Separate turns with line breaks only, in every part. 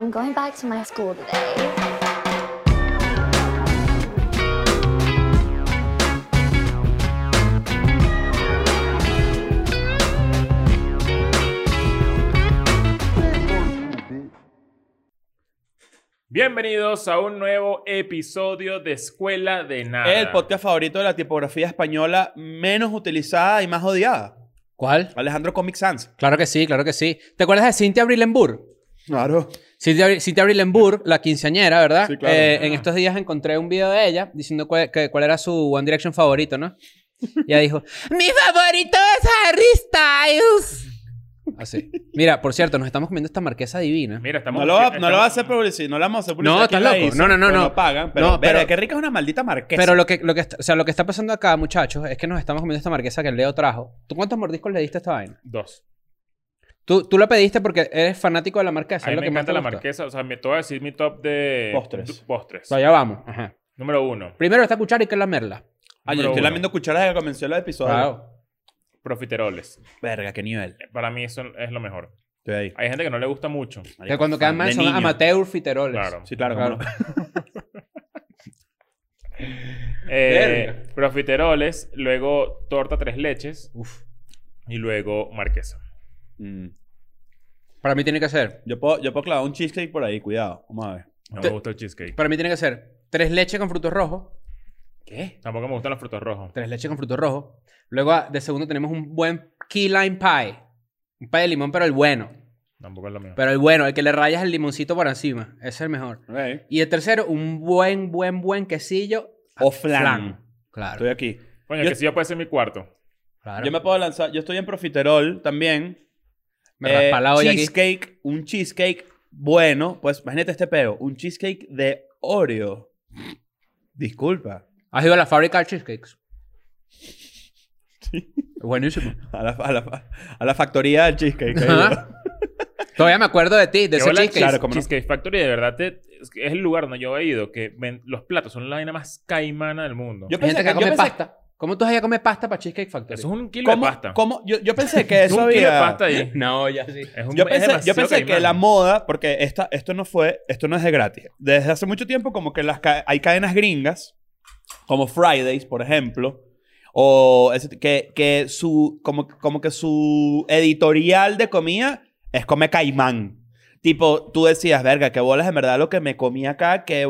I'm going back to my school today.
Bienvenidos a un nuevo episodio de Escuela de Nada.
El podcast favorito de la tipografía española menos utilizada y más odiada.
¿Cuál?
Alejandro Comic Sans.
Claro que sí, claro que sí. ¿Te acuerdas de Cynthia Brillenburg?
Claro.
Cynthia, Bri- Cynthia Brillenburg, la quinceañera, ¿verdad?
Sí, claro.
Eh, En estos días encontré un video de ella diciendo cuál, que- cuál era su One Direction favorito, ¿no? Y ella dijo, mi favorito es Harry Styles. Así. Mira, por cierto, nos estamos comiendo esta marquesa divina.
Mira, estamos
No lo, va, no
estamos-
lo va a hacer publicidad. No la vamos a hacer publicidad.
No,
¿Quién
estás
la
loco.
hizo?
No, no, no,
Pues
no.
pagan. Pero,
No,
verga,
pero-
qué rica es una maldita marquesa.
Pero lo que, lo, que está, o sea, lo que está pasando acá, muchachos, es que nos estamos comiendo esta marquesa que el Leo trajo. ¿Tú cuántos mordiscos le diste a esta vaina?
Dos.
Tú, tú la pediste porque eres fanático de la marquesa.
a
es
mí
lo
me
que más
encanta
te
la
gusta.
marquesa. O sea, me, te voy a decir mi top de...
Postres.
d- Postres.
Allá vamos. Ajá.
Número uno.
Primero esta cuchara y que es la merla.
Ay, yo
Número
estoy
uno.
lamiendo cucharas desde que comenzó el episodio.
Claro.
Profiteroles.
Verga, qué nivel.
Para mí eso es lo mejor.
Estoy ahí.
Hay gente que no le gusta mucho.
Que cuando quedan mal
más
son amateur fiteroles.
Claro.
Sí, claro. cómo
Claro.
no.
Eh,
Verga.
profiteroles, luego torta tres leches
Uf.
y luego marquesa.
Mm.
Para mí tiene que ser.
Yo, puedo, yo puedo clavar un cheesecake por ahí. Cuidado. Vamos a ver.
No
Te-
me gusta el cheesecake.
Para mí tiene que ser tres leches con frutos rojos.
¿Qué? Tampoco me gustan los frutos rojos.
Tres leches con frutos rojos. Luego ah, de segundo tenemos un buen key lime pie. Un pie de limón, pero el bueno.
Tampoco es lo mío.
Pero el bueno, el que le rayas el limoncito por encima. Ese es el mejor.
Ok.
Y el tercero, un buen, buen, buen quesillo.
O flan.
Claro.
Estoy aquí.
Coño,
Yo-
que si yo puede ser mi cuarto.
claro.
Yo me puedo lanzar. Yo estoy en profiterol también.
Me
Eh,
raspa la olla aquí.
cheesecake, un cheesecake bueno, pues imagínate este peo, un cheesecake de Oreo. Disculpa.
¿Has ido a la fábrica de cheesecakes? Buenísimo.
A la, a la- a la factoría del cheesecake. ahí,
Ajá.
¿verdad?
Todavía me acuerdo de ti, de
Que
ese
hola,
cheesecake.
Claro, cómo no.
Cheesecake Factory, de verdad, te- es que es el lugar donde yo he ido que ven- los platos son la vaina más caimana del mundo.
Yo
Hay gente que
yo
come
pensé-
pasta. ¿Cómo tú vas a ir a comer pasta para Cheesecake Factory?
Eso es un kilo
¿cómo-
de pasta.
cómo- yo, yo pensé que eso
un kilo de
había...
pasta ahí.
No, ya sí.
Es un-
Yo
es
pensé, yo
demasiado
pensé que
caimán.
la moda, porque esta, esto no fue, esto no es de gratis. Desde hace mucho tiempo como que las, ca- hay cadenas gringas, como Fridays, por ejemplo, o ese t- que, que su, como, como que su editorial de comida es come caimán. Tipo, tú decías, verga, qué bolas en verdad lo que me comí acá, que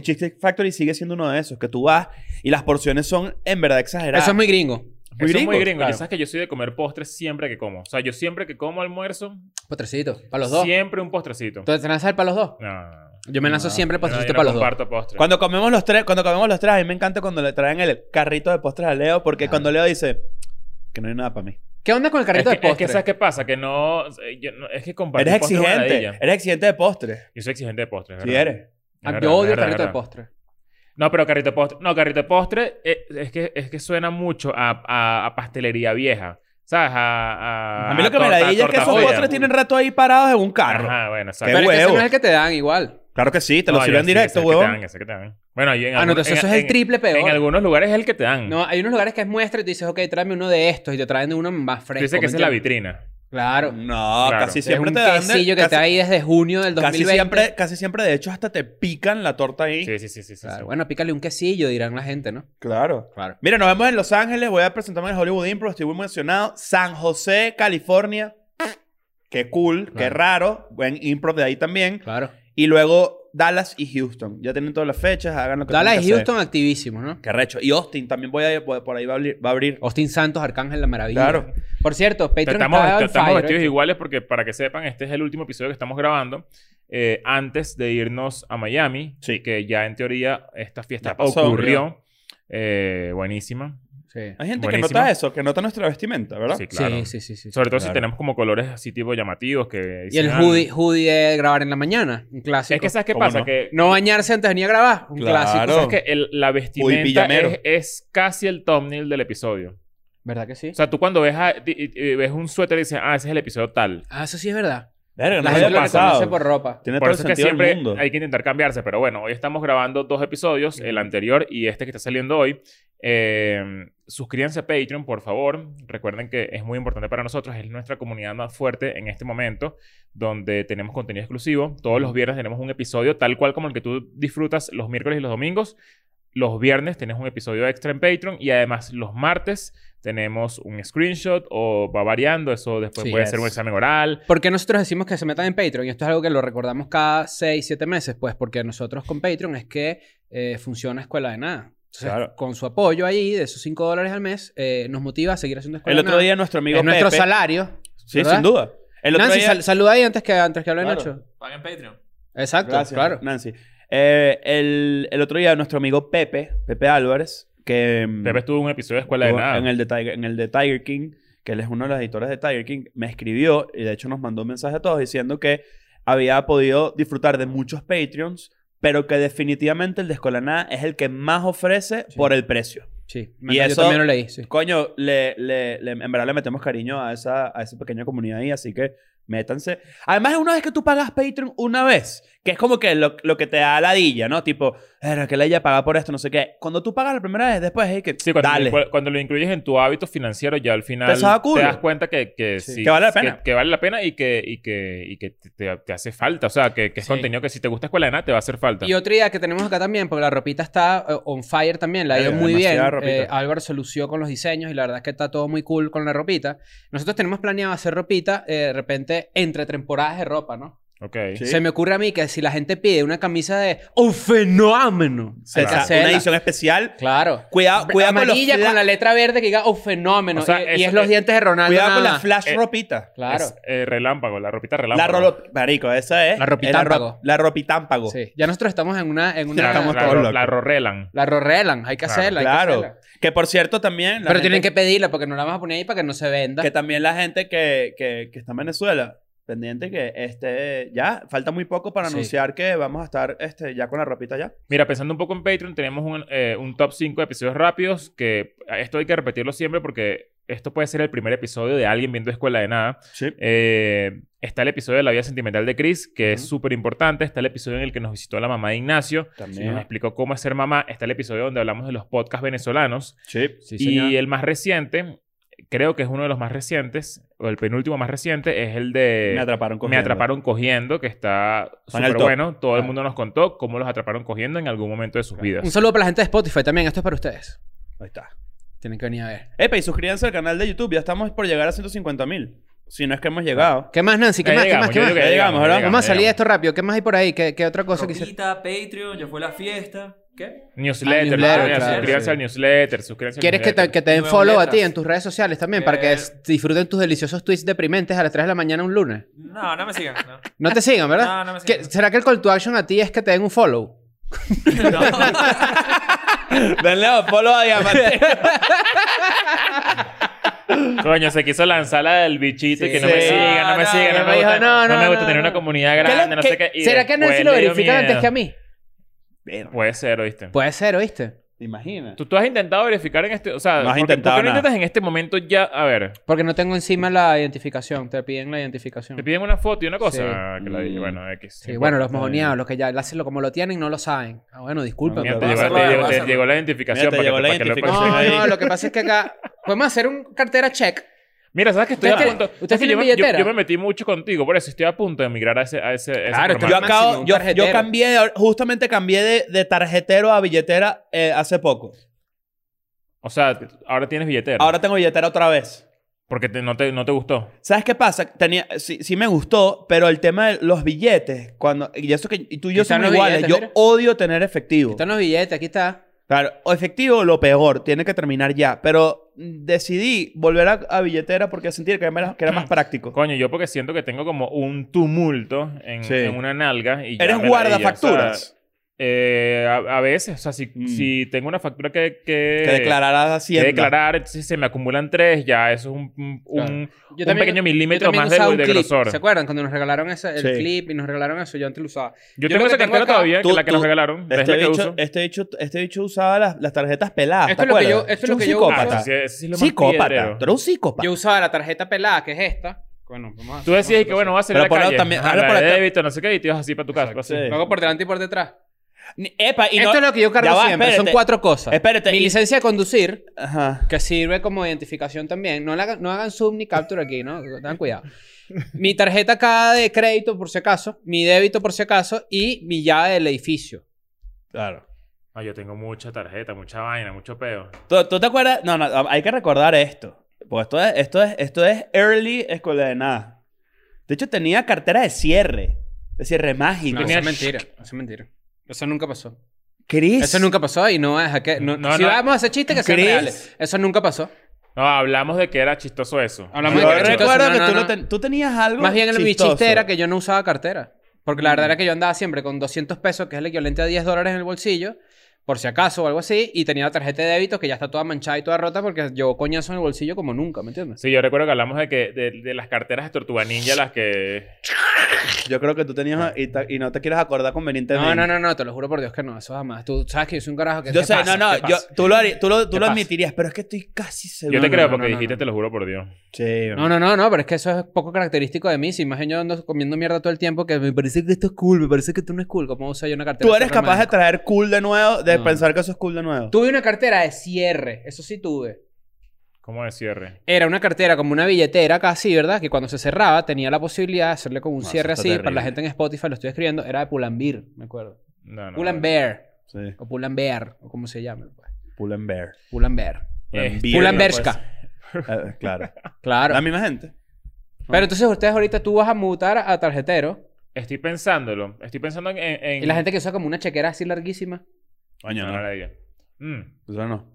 Cheesecake Factory sigue siendo uno de esos, que tú vas y las porciones son en verdad exageradas.
Eso es muy gringo.
Eso es muy
gringos,
gringo.
claro.
Yo sabes que yo soy de comer postres siempre que como. O sea, yo siempre que como almuerzo,
Postrecito, para los dos.
siempre un postrecito.
Entonces, ¿te lanzas el para los dos?
No, no, no.
Yo me lanzo siempre el
Yo no-
postrecito
yo no
para los dos.
comparto postres.
Cuando comemos los tres, cuando comemos los tres, a mí me encanta cuando le traen el carrito de postres a Leo, porque
Claro.
cuando Leo dice que no hay nada para mí.
¿Qué onda con el
es que,
carrito de
es que
postre?
¿sabes qué pasa? Que no, eh, yo no- Es que compartir
Eres
postres es una
exigente,
maravilla.
eres exigente de postres.
Yo soy exigente de postres,
Si
¿verdad?
eres.
Ah,
Es verdad,
Yo
es
odio el
verdad,
carrito de
verdad.
postre.
No, pero carrito de postre. No, carrito de postre eh, es, que, es que suena mucho a, a- a pastelería vieja. ¿Sabes? A, a,
a mí lo que
a
me
Ah, torta-
la es que
torta
esos
fea.
postres tienen rato ahí parados en un carro.
Ajá, bueno, exacto.
Qué
Pero es que ese
huevo.
no es el que te dan igual.
Claro que sí, te
No,
lo
ya
sirven
sí, ese
directo,
es el que te dan,
huevón.
ese es el que te dan. Bueno, y en
Ah, no,
algunos-
entonces
en-
eso es el
en-
triple peor.
En algunos lugares es el que te dan.
No, hay unos lugares que es muestra y tú dices, ok, tráeme uno de estos y te traen de uno más fresco.
Dice que
¿me
esa es la Mm.
entiendes?
vitrina.
Claro.
No,
Claro.
casi
Es
siempre
es un
te dan. de-
quesillo que
casi,
está ahí desde junio del
casi
2020.
siempre, casi siempre, de hecho, hasta te pican la torta ahí.
Sí, sí, sí, sí. sí, sí.
Claro, bueno, pícale un quesillo, dirán la gente, ¿no?
Claro.
Claro.
Mira, nos vemos en Los Ángeles. Voy a presentarme en el Hollywood Improv. Estoy muy emocionado. San José, California. Qué cool, qué
Claro.
raro. Buen improv de ahí también.
Claro.
Y luego Dallas y Houston. Ya tienen todas las fechas. Hagan lo que
Dallas
tengan que
y Houston
hacer.
activísimos, ¿no?
Qué recho. Y Austin también voy a ir. Por por ahí va a abrir. va a abrir.
Austin Santos, Arcángel, la maravilla.
Claro.
Por cierto, Patreon
Estamos,
está on
estamos
fire,
vestidos
¿eh?
iguales porque, para que sepan, este es el último episodio que estamos grabando eh, antes de irnos a Miami.
Sí.
Que ya, en teoría, esta fiesta
Ya pasó,
ocurrió. Eh, buenísima.
Sí.
Hay gente que
Buenísimo.
nota eso, que nota nuestra vestimenta, ¿verdad?
Sí, claro.
Sí, sí, sí, sí.
Sobre todo si
Claro.
tenemos como colores así tipo llamativos que...
Y el
dicen, ah,
hoodie, ah, hoodie de grabar en la mañana, un clásico.
Es que ¿sabes qué
¿Cómo
pasa?
no?
Que
No bañarse antes de venir a grabar, un
Claro.
clásico.
¿Sabes que el- la vestimenta
pijamero.
es, es casi el thumbnail del episodio.
¿Verdad que sí?
O sea, tú cuando ves, a- di- di- ves un suéter y dices, ah, ese es el episodio tal.
Ah, eso sí es verdad.
Verga, no
La
me
gente
había
lo reconoce
pasado.
por ropa.
Tiene
Por
todo
eso es
el
que
sentido del
siempre
mundo.
hay que intentar cambiarse. Pero bueno, hoy estamos grabando dos episodios, el anterior y este que está saliendo hoy. eh, suscríbanse a Patreon, por favor. Recuerden que es muy importante para nosotros. Es nuestra comunidad más fuerte en este momento, donde tenemos contenido exclusivo. Todos los viernes tenemos un episodio tal cual como el que tú disfrutas los miércoles y los domingos. Los viernes tenés un episodio extra en Patreon y además los martes tenemos un screenshot o va variando. Eso después
Sí,
puede
es.
ser un examen oral.
¿Por qué nosotros decimos que se metan en Patreon? Y esto es algo que lo recordamos cada 6, 7 meses. Pues porque nosotros con Patreon es que eh, funciona Escuela de Nada. Entonces,
Claro.
con su apoyo ahí, de esos 5 dólares al mes, eh, nos motiva a seguir haciendo Escuela
El
de
otro
Nada.
día nuestro amigo
es nuestro
Pepe-
salario.
Sí,
¿verdad?
sin duda. El otro
Nancy,
día-
sal- saluda ahí antes que, antes que hable
Claro.
Nacho.
Paguen Patreon.
Exacto,
Gracias,
claro.
Nancy. Eh, el, el otro día nuestro amigo Pepe, Pepe Álvarez, que... mm,
Pepe estuvo en un episodio de Escuela de
estuvo
Nada.
En el de, Tiger, en el de Tiger King, que él es uno de los editores de Tiger King, me escribió y de hecho nos mandó un mensaje a todos diciendo que había podido disfrutar de muchos Patreons, pero que definitivamente el de Escolanada es el que más ofrece
Sí.
por el precio.
Sí,
Y
yo
eso-
también lo leí, sí.
Coño, le, le- le- en verdad le metemos cariño a esa, a esa pequeña comunidad ahí, así que métanse. Además, una vez que tú pagas Patreon una vez, que es como que lo, lo que te da ladilla, ¿no? Tipo, "Era que la ella paga por esto, no sé qué. Cuando tú pagas la primera vez, después es que
Sí, cuando,
dale.
cu- cuando lo incluyes en tu hábito financiero, ya al final
Te saca culo.
das cuenta que, que sí,
Que vale la pena.
Que, que vale la pena y que, y que, y que te- te, te hace falta. O sea, que, que es
Sí.
contenido que si te gusta Escuela de Nada, te va a hacer falta.
Y otra idea que tenemos acá también, porque la ropita está eh, on fire también, la ha ido
Eh,
muy bien.
demasiada ropita.
Eh, Álvaro se lució con los diseños y la verdad es que está todo muy cool con la ropita. Nosotros tenemos planeado hacer ropita eh, de repente entre temporadas de ropa, ¿no?
Ok.
Sí.
Se me ocurre a mí que si la gente pide una camisa de un fenómeno,
Se
hay que
sa-
hacerla.
una edición especial.
Claro.
Cuidado, cuidado con los
Amarilla con,
fla-
la letra verde que diga un fenómeno.
O sea,
eh, y,
eso
es los
que-
dientes de Ronaldo.
cuidado con
nada
la flash
Eh,
ropita.
Claro.
Es, eh, relámpago, la ropita
La
relámpago.
rolo... Marico, esa es...
La
ropitámpago.
ropitámpago.
la ropitámpago.
Sí. Ya nosotros estamos en una. En una
La,
Estamos
la-
todos
la-
locos.
la rorelan.
La Rorelan, hay que
Claro,
hacerla. hay que
claro.
hacerla.
Que por cierto también... la
Pero tienen
gente-
que pedirla porque no la vamos a poner ahí para que no se venda.
Que también la gente que, que, que está en Venezuela, pendiente que este, ya, falta muy poco para
Sí.
anunciar que vamos a estar este, ya con la ropita ya.
Mira, pensando un poco en Patreon, tenemos un, eh, un top 5 de episodios rápidos que esto hay que repetirlo siempre porque esto puede ser el primer episodio de alguien viendo Escuela de Nada.
Sí.
Eh, está el episodio de la vida sentimental de Chris, que es
Ujú.
súper importante. Está el episodio en el que nos visitó la mamá de Ignacio.
También.
Nos explicó cómo es ser mamá. Está el episodio donde hablamos de los podcasts venezolanos.
Sí.
Sí, señor.
y el más reciente, creo que es uno de los más recientes, o el penúltimo más reciente, es el de...
Me atraparon con
Me atraparon cogiendo, que está
Está en el
súper
top.
bueno. Todo el
Claro.
mundo nos contó cómo los atraparon cogiendo en algún momento de sus
Un
vidas.
saludo para la gente de Spotify también. Esto es para ustedes.
Ahí está.
Tienen que venir a ver.
Epa, y suscríbanse al canal de YouTube. Ya estamos por llegar a 150 mil. Si no es que hemos llegado.
¿Qué más, Nancy? ¿Qué
Ya
más?
llegamos,
¿Qué
yo
más?
digo
¿Qué
que
más?
ya
Vamos,
llegamos,
¿verdad?
ya
Vamos a salir de
llegamos.
esto rápido. ¿Qué más hay por ahí? ¿Qué, qué otra cosa quisiera?
Ropita, Patreon, ya fue la fiesta. ¿Qué?
Newsletter.
Ah, newsletter,
todavía,
claro,
suscríbanse
sí.
al newsletter. Suscríbanse al
¿Quieres que te,
newsletter.
que te den
Nuevas
follow a
letras.
ti en tus redes sociales también? Para que
Eh.
s- disfruten tus deliciosos tweets deprimentes a las 3 de la mañana un lunes.
No, no me sigan. No,
No te sigan, ¿verdad?
no, no me
¿Qué-
sigan.
¿Será que el call to action a ti es que te den un follow?
No.
Denle a follow a Diamante.
Coño, se quiso lanzar la del bichito y que no
Sí.
me sigan, no me
No,
sigan, no,
no,
me
dijo,
gusta,
no,
no,
no,
me gusta
no,
tener
no.
una comunidad
¿Qué le-
grande, no sé
qué-
qué. y
¿Será que a
después
Nancy lo
le dio
verifican
miedo.
antes que a mí?
Puede ser, ¿oíste?
Puede ser, ¿oíste?
¿Te imaginas?
¿Tú, tú has intentado verificar en este... O sea,
No has
porque-
intentado
¿por qué no
nada.
intentas en este momento ya... A ver,
Porque no tengo encima la identificación. Te piden la identificación.
te piden una foto y una cosa.
Sí.
Ah, que la dije,
Mm.
bueno, X.
Sí, bueno, los
Está
mojoneados, los que ya hacen lo- como lo tienen, no lo saben. Ah, bueno, disculpen.
Mira,
Mira,
pero-
te,
Vas a
llegó, te
hacerlo, vas
llegó-
a
te
hacerlo.
llegó la identificación.
Mira, te
para que-
llegó la
para que lo-
identificación.
No,
ahí.
no, lo que pasa es que acá podemos hacer un cartera check.
Mira, ¿sabes que estoy a
¿Ustedes
punto?
tienen- ustedes
es que yo,
tienen
me- yo-
billetera?
yo me metí mucho contigo, por eso estoy a punto de emigrar a ese, a ese, a ese
Claro,
formato.
Yo
Máximo,
acabo, yo,
un
yo
tarjetero.
cambié, de- justamente cambié de, de tarjetero a billetera eh, hace poco.
O sea, ahora tienes billetera.
Ahora tengo billetera otra vez.
Porque te- no, te, no te gustó.
¿Sabes qué pasa? Tenía, sí, sí me gustó, pero el tema de los billetes, cuando, y eso que y tú y yo
Están
somos
los
iguales,
billetes,
yo
mira.
odio tener efectivo.
Aquí están los billetes, aquí está.
Claro, o efectivo lo peor, tiene que terminar ya, pero mm, decidí volver a, a billetera porque sentí que era, que era más práctico.
Coño, yo porque siento que tengo como un tumulto en,
Sí.
en una nalga. Y ya
Eres
me la- y ya, o sea,
guardafacturas.
eh, a, a veces, o sea, si,
Mm.
si tengo una factura que, que,
que
eh,
declararás
que
hacienda.
declarar, entonces se me acumulan tres, ya eso es un, un-
Claro.
un-
Yo
Un pequeño milímetro
yo también
más de-
usaba un
de
clip.
grosor.
¿Se acuerdan cuando nos regalaron ese, el
Sí.
clip y nos regalaron eso? Yo antes lo usaba.
Yo,
Yo
tengo
lo
esa
que tengo
cartera
acá-
todavía, que
Tú-
la que
tú-
nos regalaron. es
Este
la que
bicho,
uso.
este, bicho, este bicho usaba las, las tarjetas peladas. ¿te
Esto es lo que
acuerdas?
yo- esto es
Tú
lo
un
que yo
psicópata.
Ah,
uso.
sí, sí, ese sí es lo más
Psicópata.
piedrero.
Tú eres un psicópata.
Yo usaba la tarjeta pelada, que es esta. Bueno, vamos a-
Tú decías que, bueno, vas a salir a
Pero
la
por ahora
calle.
también-
Ajá,
ahora
la
por
de
acá-
débito, no sé qué, y te ibas así para tu casa.
Sí.
así.
Lo hago por delante y por detrás.
Ni- Epa, y
Esto
no-
es lo que yo cargo
Ya va,
siempre. Son
espérate.
cuatro cosas.
Espérate,
Mi
y-
licencia de conducir,
Ajá.
que sirve como identificación también. No, la hagan- no hagan zoom ni capture aquí, ¿no? Tengan cuidado. Mi tarjeta acá de crédito, por si acaso. Mi débito, por si acaso. Y mi llave del edificio.
Claro.
No, yo tengo mucha tarjeta, mucha vaina, mucho peo.
¿Tú, tú te acuerdas? No, no, hay que recordar esto. Pues esto es, esto es, esto es early escuela de nada. De hecho, tenía cartera de cierre. De cierre mágico.
No, eso
tenías-
es mentira. Eso es mentira. Eso nunca pasó.
Chris.
Eso nunca pasó y no voy a dejar que... no-
No,
si
no.
vamos a hacer chistes, que sean
¿Crees?
reales. Eso nunca pasó.
No, hablamos de que era chistoso eso.
Hablamos
Yo
de que-
recuerdo
no,
que
no,
tú,
no.
lo ten- tú tenías algo.
Más bien el- mi
chistoso. Mm.
chiste era que yo no usaba cartera. Porque la verdad era que yo andaba siempre con 200 pesos, que es el equivalente a 10 dólares en el bolsillo, por si acaso o algo así, y tenía la tarjeta de débito que ya está toda manchada y toda rota porque llevo coñazo en el bolsillo como nunca, ¿me entiendes?
Sí, yo recuerdo que hablamos de que de, de las carteras de Tortuga Ninja, las que...
Yo creo que tú tenías. Y, ta- y no te quieres acordar convenientemente.
Ah. No, no, no, no, te lo juro por Dios que no, eso jamás. Tú sabes que yo soy un carajo que...
Yo
¿qué
sé,
pasa?
no,
¿Qué
no. Yo,
pasa?
tú lo, harí- tú lo, tú
¿Qué
lo
pasa?
admitirías, pero es que estoy casi seguro.
Yo te
no,
creo
no,
porque
no, no,
dijiste,
no.
te lo juro por Dios.
Sí,
No, no, no, no, pero es que eso es poco característico de mí. Si más yo ando comiendo mierda todo el tiempo, que me parece que esto es cool, me parece que tú no es cool. ¿Cómo usa yo una cartera?
Tú eres
cierre
capaz de
mágico?
traer cool de nuevo, de
No.
pensar que eso es cool de nuevo.
Tuve una cartera de cierre, eso sí tuve.
¿Cómo de cierre?
Era una cartera como una billetera casi, ¿verdad? Que cuando se cerraba tenía la posibilidad de hacerle como un
No,
cierre
eso está
así. Para
terrible.
la gente en Spotify lo estoy escribiendo. Era de Pull&Bear, me acuerdo.
No, no. no.
Pull&Bear.
Sí.
O Pull&Bear, o como se llama. pues.
Pull and bear.
Pull&Bear.
Este,
Beer,
Pull&Bershka.
Eh, claro.
Claro.
La misma gente.
Pero entonces ustedes ahorita tú vas a mutar a tarjetero.
Estoy pensándolo. Estoy pensando en... en- en-
Y la gente que usa como una chequera así larguísima.
Coño,
No,
no.
no la diga. Mm.
Eso no.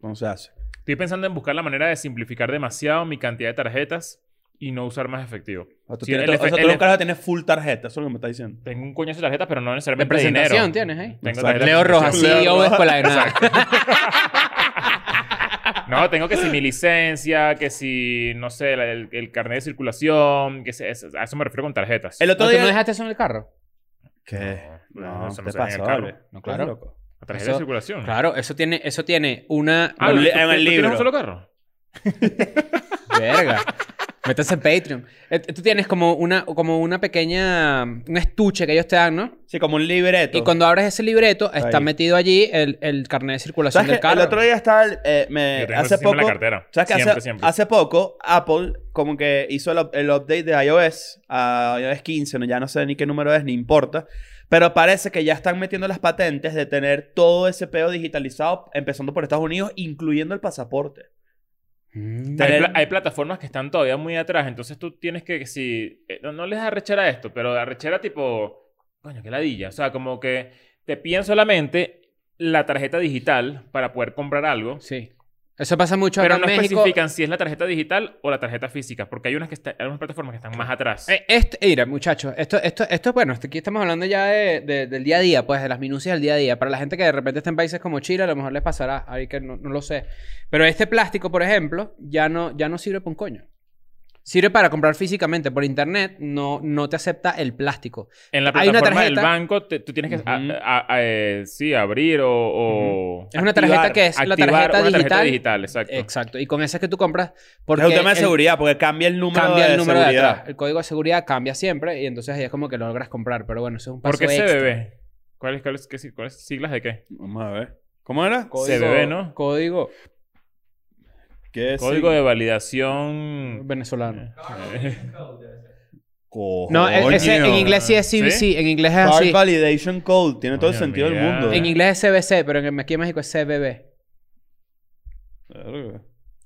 No se hace.
Estoy pensando en buscar la manera de simplificar demasiado mi cantidad de tarjetas y no usar más efectivo.
O tú,
Sí,
tienes,
el
o sea,
F-
tú
el
eres
F-
un carajo que tienes full tarjeta. Eso es lo que me está diciendo.
Tengo un coñazo de tarjetas, pero no necesariamente
De presentación
dinero.
tienes, ¿eh?
Tengo
Exacto.
tarjetas de
Leo Rojas,
presentación.
Leo
CEO de
Rojas.
Escuela de Nada.
No, tengo que si mi licencia, que si, no sé, la- el, el carnet de circulación, que se- eso- a eso me refiero con tarjetas.
El otro
¿No, ¿Tú
día...
no dejaste eso en el carro?
¿Qué?
No,
Eh, No,
eso no
te
se deja en
pasó,
el carro.
vale.
No, claro.
Estás loco.
La tarjeta de
Eso-
circulación.
Claro, eso tiene, eso tiene una...
Ah,
En
¿tú-
el-
tú-
en el
tú tienes
libro. Eh,
un solo carro?
Verga. Métase en Patreon. Eh, Tú tienes como una, como una pequeña... Un estuche que ellos te dan, ¿no?
Sí, como un libreto.
Y cuando abres ese libreto, está
Ahí.
metido allí el, el carnet de circulación
¿Sabes
del
que
carro.
el otro día estaba... el- eh, me,
Yo tengo
hace
eso siempre en
poco...
la cartera.
¿Sabes que
Siempre,
hace,
siempre.
hace poco Apple como que hizo el, up- el update de iOS a iOS 15? No, ya no sé ni qué número es, ni importa. Pero parece que ya están metiendo las patentes de tener todo ese pedo digitalizado, empezando por Estados Unidos, incluyendo el pasaporte.
Mm.
Hay,
Tener-
pla- hay plataformas que están todavía muy atrás, entonces tú tienes que, si, eh, no, no les da rechera esto, pero da rechera tipo, coño, qué ladilla. O sea, como que te piden solamente la tarjeta digital para poder comprar algo.
Sí. Eso pasa mucho
Pero
acá
no
en México.
especifican si es la tarjeta digital o la tarjeta física, porque hay unas que está- hay unas plataformas que están más atrás.
Eh, este- mira, muchachos, esto, esto, esto, bueno, esto- aquí estamos hablando ya de- de- del día a día, pues, de las minucias del día a día. Para la gente que de repente está en países como Chile, a lo mejor les pasará, ahí que no, no lo sé. Pero este plástico, por ejemplo, ya no, ya no sirve para un coño. Sirve para comprar físicamente por internet, no, no te acepta el plástico.
en la
hay una
plataforma del
tarjeta-
banco te- tú tienes que a-
Ujú.
a- a- eh, sí, abrir o, o
Es una
Activar,
tarjeta que es la
activar
tarjeta,
una
digital,
tarjeta digital. Exacto.
Exacto. Y con esa es que tú compras. Porque
es un tema de
el-
seguridad, porque cambia el número
Cambia
de
el número de
seguridad.
atrás. El código de seguridad cambia siempre y entonces ahí es como que lo logras comprar. Pero bueno, eso es un paso
¿Por qué
extra.
CBB? ¿Cuáles cuáles- qué sig- cuáles siglas de qué?
Vamos a ver. ¿Cómo era?
CBB, ¿no?
Código
¿Qué
Código
sí?
de
Mm.
validación.
venezolano.
Eh,
Coño.
No, e- ese en inglés sí es CBC,
¿Sí?
en inglés es
Card
así.
Validation Code. Tiene todo el
Coño,
sentido del
mira.
mundo.
En inglés es CBC, pero en, aquí en México es CBB.
Verga.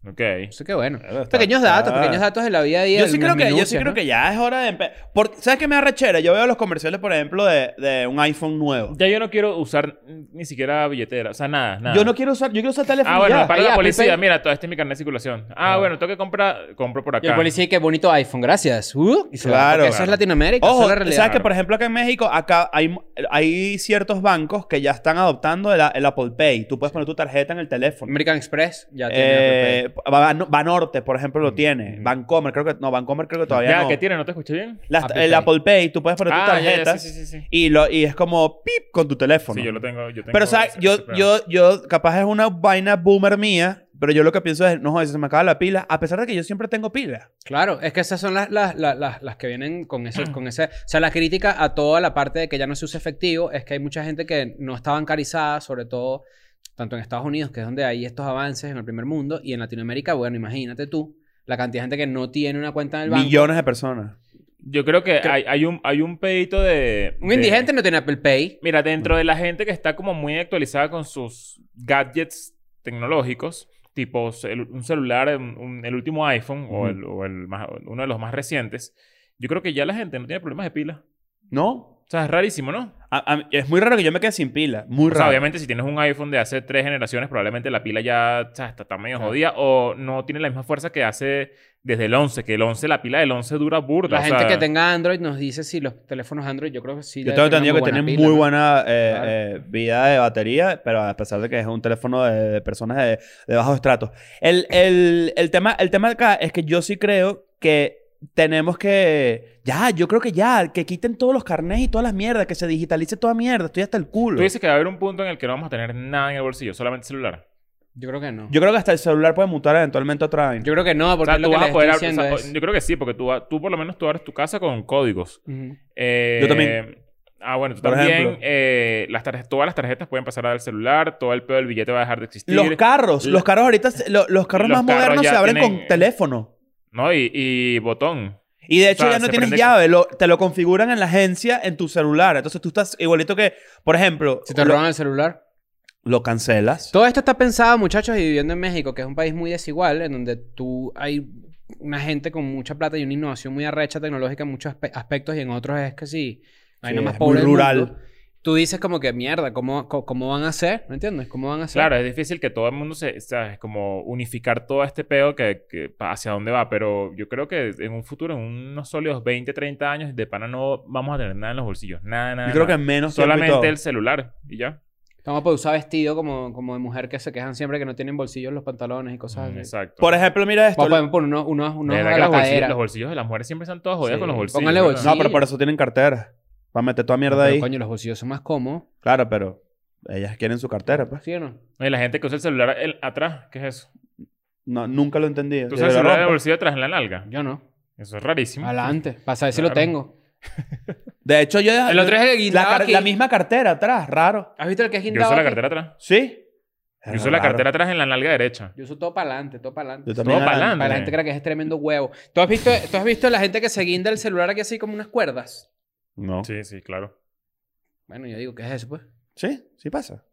ok.
Eso qué bueno.
Claro, está-
Pequeños datos,
está-
pequeños datos de la vida y
Yo sí, creo que, yo sí creo que ya es hora de empe- Porque, ¿Sabes qué me da rechera? Yo veo los comerciales, por ejemplo, de, de un iPhone nuevo.
Ya yo no quiero usar ni siquiera billetera. O sea, nada, nada.
Yo no quiero usar... Yo quiero usar teléfono
Ah, bueno,
ya.
para
Ah, ya,
la policía.
PayPal.
Mira, todo este es mi carnet de circulación. Ah,
Ah.
bueno, tengo que comprar. Compro por acá.
Y el policía, qué bonito iPhone, gracias. Uh, y se va,
Claro,
porque Eso
claro.
es Latinoamérica, eso
Ojo,
es la realidad.
¿sabes que por ejemplo acá en México acá hay, hay ciertos bancos que ya están adoptando el, el Apple Pay. Tú puedes poner tu tarjeta en el teléfono.
American Express ya tiene
Eh, Ban- Banorte, por ejemplo, lo tiene.
mm.
Bancomer, creo que no, Bancomer creo que todavía
Ya,
no.
¿qué tiene? ¿No te escuché bien?
Las-
Apple
el
Pay.
Apple Pay, tú puedes poner tu
Ah, ya,
tarjeta
ya, sí, sí, sí. sí.
y lo y es como pip con tu teléfono.
Sí, yo lo tengo. Yo tengo
Pero, ¿sabes?
ese-
Yo,
ese pedo.
yo, yo, capaz es una vaina boomer mía, Pero yo lo que pienso es, no joder, si se me acaba la pila, a pesar de que yo siempre tengo pila.
Claro, es que esas son las, las, las, las, las que vienen con eso, con ese. O sea, la crítica a toda la parte de que ya no se usa efectivo es que hay mucha gente que no está bancarizada, sobre todo tanto en Estados Unidos, que es donde hay estos avances en el primer mundo, y en Latinoamérica, bueno, imagínate tú, la cantidad de gente que no tiene una cuenta en el banco.
Millones de personas.
Yo creo que
Creo-
hay, hay un, hay un pedito de...
Un
de-
indigente no tiene Apple Pay.
Mira, dentro de la gente que está como muy actualizada con sus gadgets tecnológicos, tipo cel- un celular, un- un- el último iPhone o,
Ujú.
el, o el más- uno de los más recientes, yo creo que ya la gente no tiene problemas de pila.
¿No?
O sea, es rarísimo, ¿no?
A- a- es muy raro que yo me quede sin pila. Muy
O sea,
raro.
obviamente si tienes un iPhone de hace tres generaciones, probablemente la pila ya o sea, está, está medio
Claro.
jodida o no tiene la misma fuerza que hace desde el 11, que el 11, la pila del 11 dura burda.
La
o
gente
sea,
que tenga Android nos dice si los teléfonos Android, yo creo que sí.
Yo
debe
tengo
tener
entendido que tiene
pila,
muy
¿no?
buena eh,
Claro.
eh, vida de batería, pero a pesar de que es un teléfono de, de personas de, de bajo estrato. El, el- el tema, el tema acá es que yo sí creo que tenemos que... Ya, yo creo que ya, que quiten todos los carnés y todas las mierdas, que se digitalice toda mierda, estoy hasta el culo.
Tú dices que va a haber un punto en el que no vamos a tener nada en el bolsillo, solamente celular.
Yo creo que no. Yo,
Yo creo que hasta el celular puede mutar eventualmente a otra vaina.
creo que no,
O
porque
sea,
es lo
tú
que
vas
les
a poder...
estoy
ab- o
diciendo
sea, pues,
es-
yo creo que sí, porque tú, va- tú por lo menos tú abres tu casa con códigos.
Ujú.
Eh,
Yo también.
Ah, bueno, tú
Por
también.
ejemplo.
eh, las tarjetas, todas las tarjetas pueden pasar al celular, todo el pedo del billete va a dejar de existir.
Los carros,
La-
los carros ahorita, se- lo- los carros
Los
más
carros
modernos
ya
se abren
tienen-
con teléfono.
¿No? Y, y botón.
Y de
O
hecho
sea,
ya no
se
tienes
prende-
llave, lo- te lo configuran en la agencia en tu celular. Entonces tú estás igualito que, por ejemplo,
Si te
lo,
roban el celular.
lo cancelas.
Todo esto está pensado, muchachos, y viviendo en México, que es un país muy desigual, en donde tú hay una gente con mucha plata y una innovación muy arrecha tecnológica en muchos aspe- aspectos y en otros es que sí, hay
Sí,
más
es
pobre
muy
rural.
rural.
Tú dices como que mierda, ¿cómo, co- cómo van a hacer? ¿Me entiendes? ¿Cómo van a hacer?
Claro, es difícil que todo el mundo se. ¿Sabes? Como unificar todo este pedo que, que pa- hacia dónde va. Pero yo creo que en un futuro, en unos sólidos 20, 30 años, de pana no vamos a tener nada en los bolsillos. Nada, nada.
Yo creo que
nada.
menos tiempo y todo.
Solamente el celular y ya.
Vamos para usar vestido como, como de mujer que se quejan siempre que no tienen bolsillos en los pantalones y cosas
Mm,
así.
Exacto.
Por ejemplo, mira esto.
Vamos a poner unos, unos, unos
De
a
verdad que
la
los, bolsillos-
cadera.
los bolsillos de las mujeres siempre están todas jodidas
Sí.
con los bolsillos.
Pónganle
¿verdad?
bolsillos.
No, pero por eso tienen cartera. Para meter toda mierda
Pero,
ahí.
coño, los bolsillos son más cómodos.
Claro, pero ellas quieren su cartera, pues.
¿Sí o no?
No, Y la gente que usa el celular el- atrás, ¿qué es eso?
No, nunca lo entendí.
Tú
Se
usas el
lo
celular en el
rompen.
bolsillo atrás en la nalga.
Yo no.
Eso es rarísimo.
Adelante. Para saber si lo
Claro.
tengo.
De hecho, yo...
El otro es el
la,
guindado
car-
aquí.
la misma cartera atrás, raro.
¿Has visto el que es
Yo
guindado
uso la
aquí?
cartera atrás.
¿Sí?
Yo uso la
Raro.
cartera atrás en la nalga derecha.
Yo uso todo para adelante, todo para adelante.
Yo también
Todo
adelante.
pa'lante.
Para la gente cree que es tremendo huevo. ¿Tú has, visto, ¿Tú has visto la gente que se guinda el celular aquí así como unas cuerdas?
No. ¿Sí?
Sí, sí, claro.
Bueno, yo digo, ¿qué es eso, pues?
sí, pasa.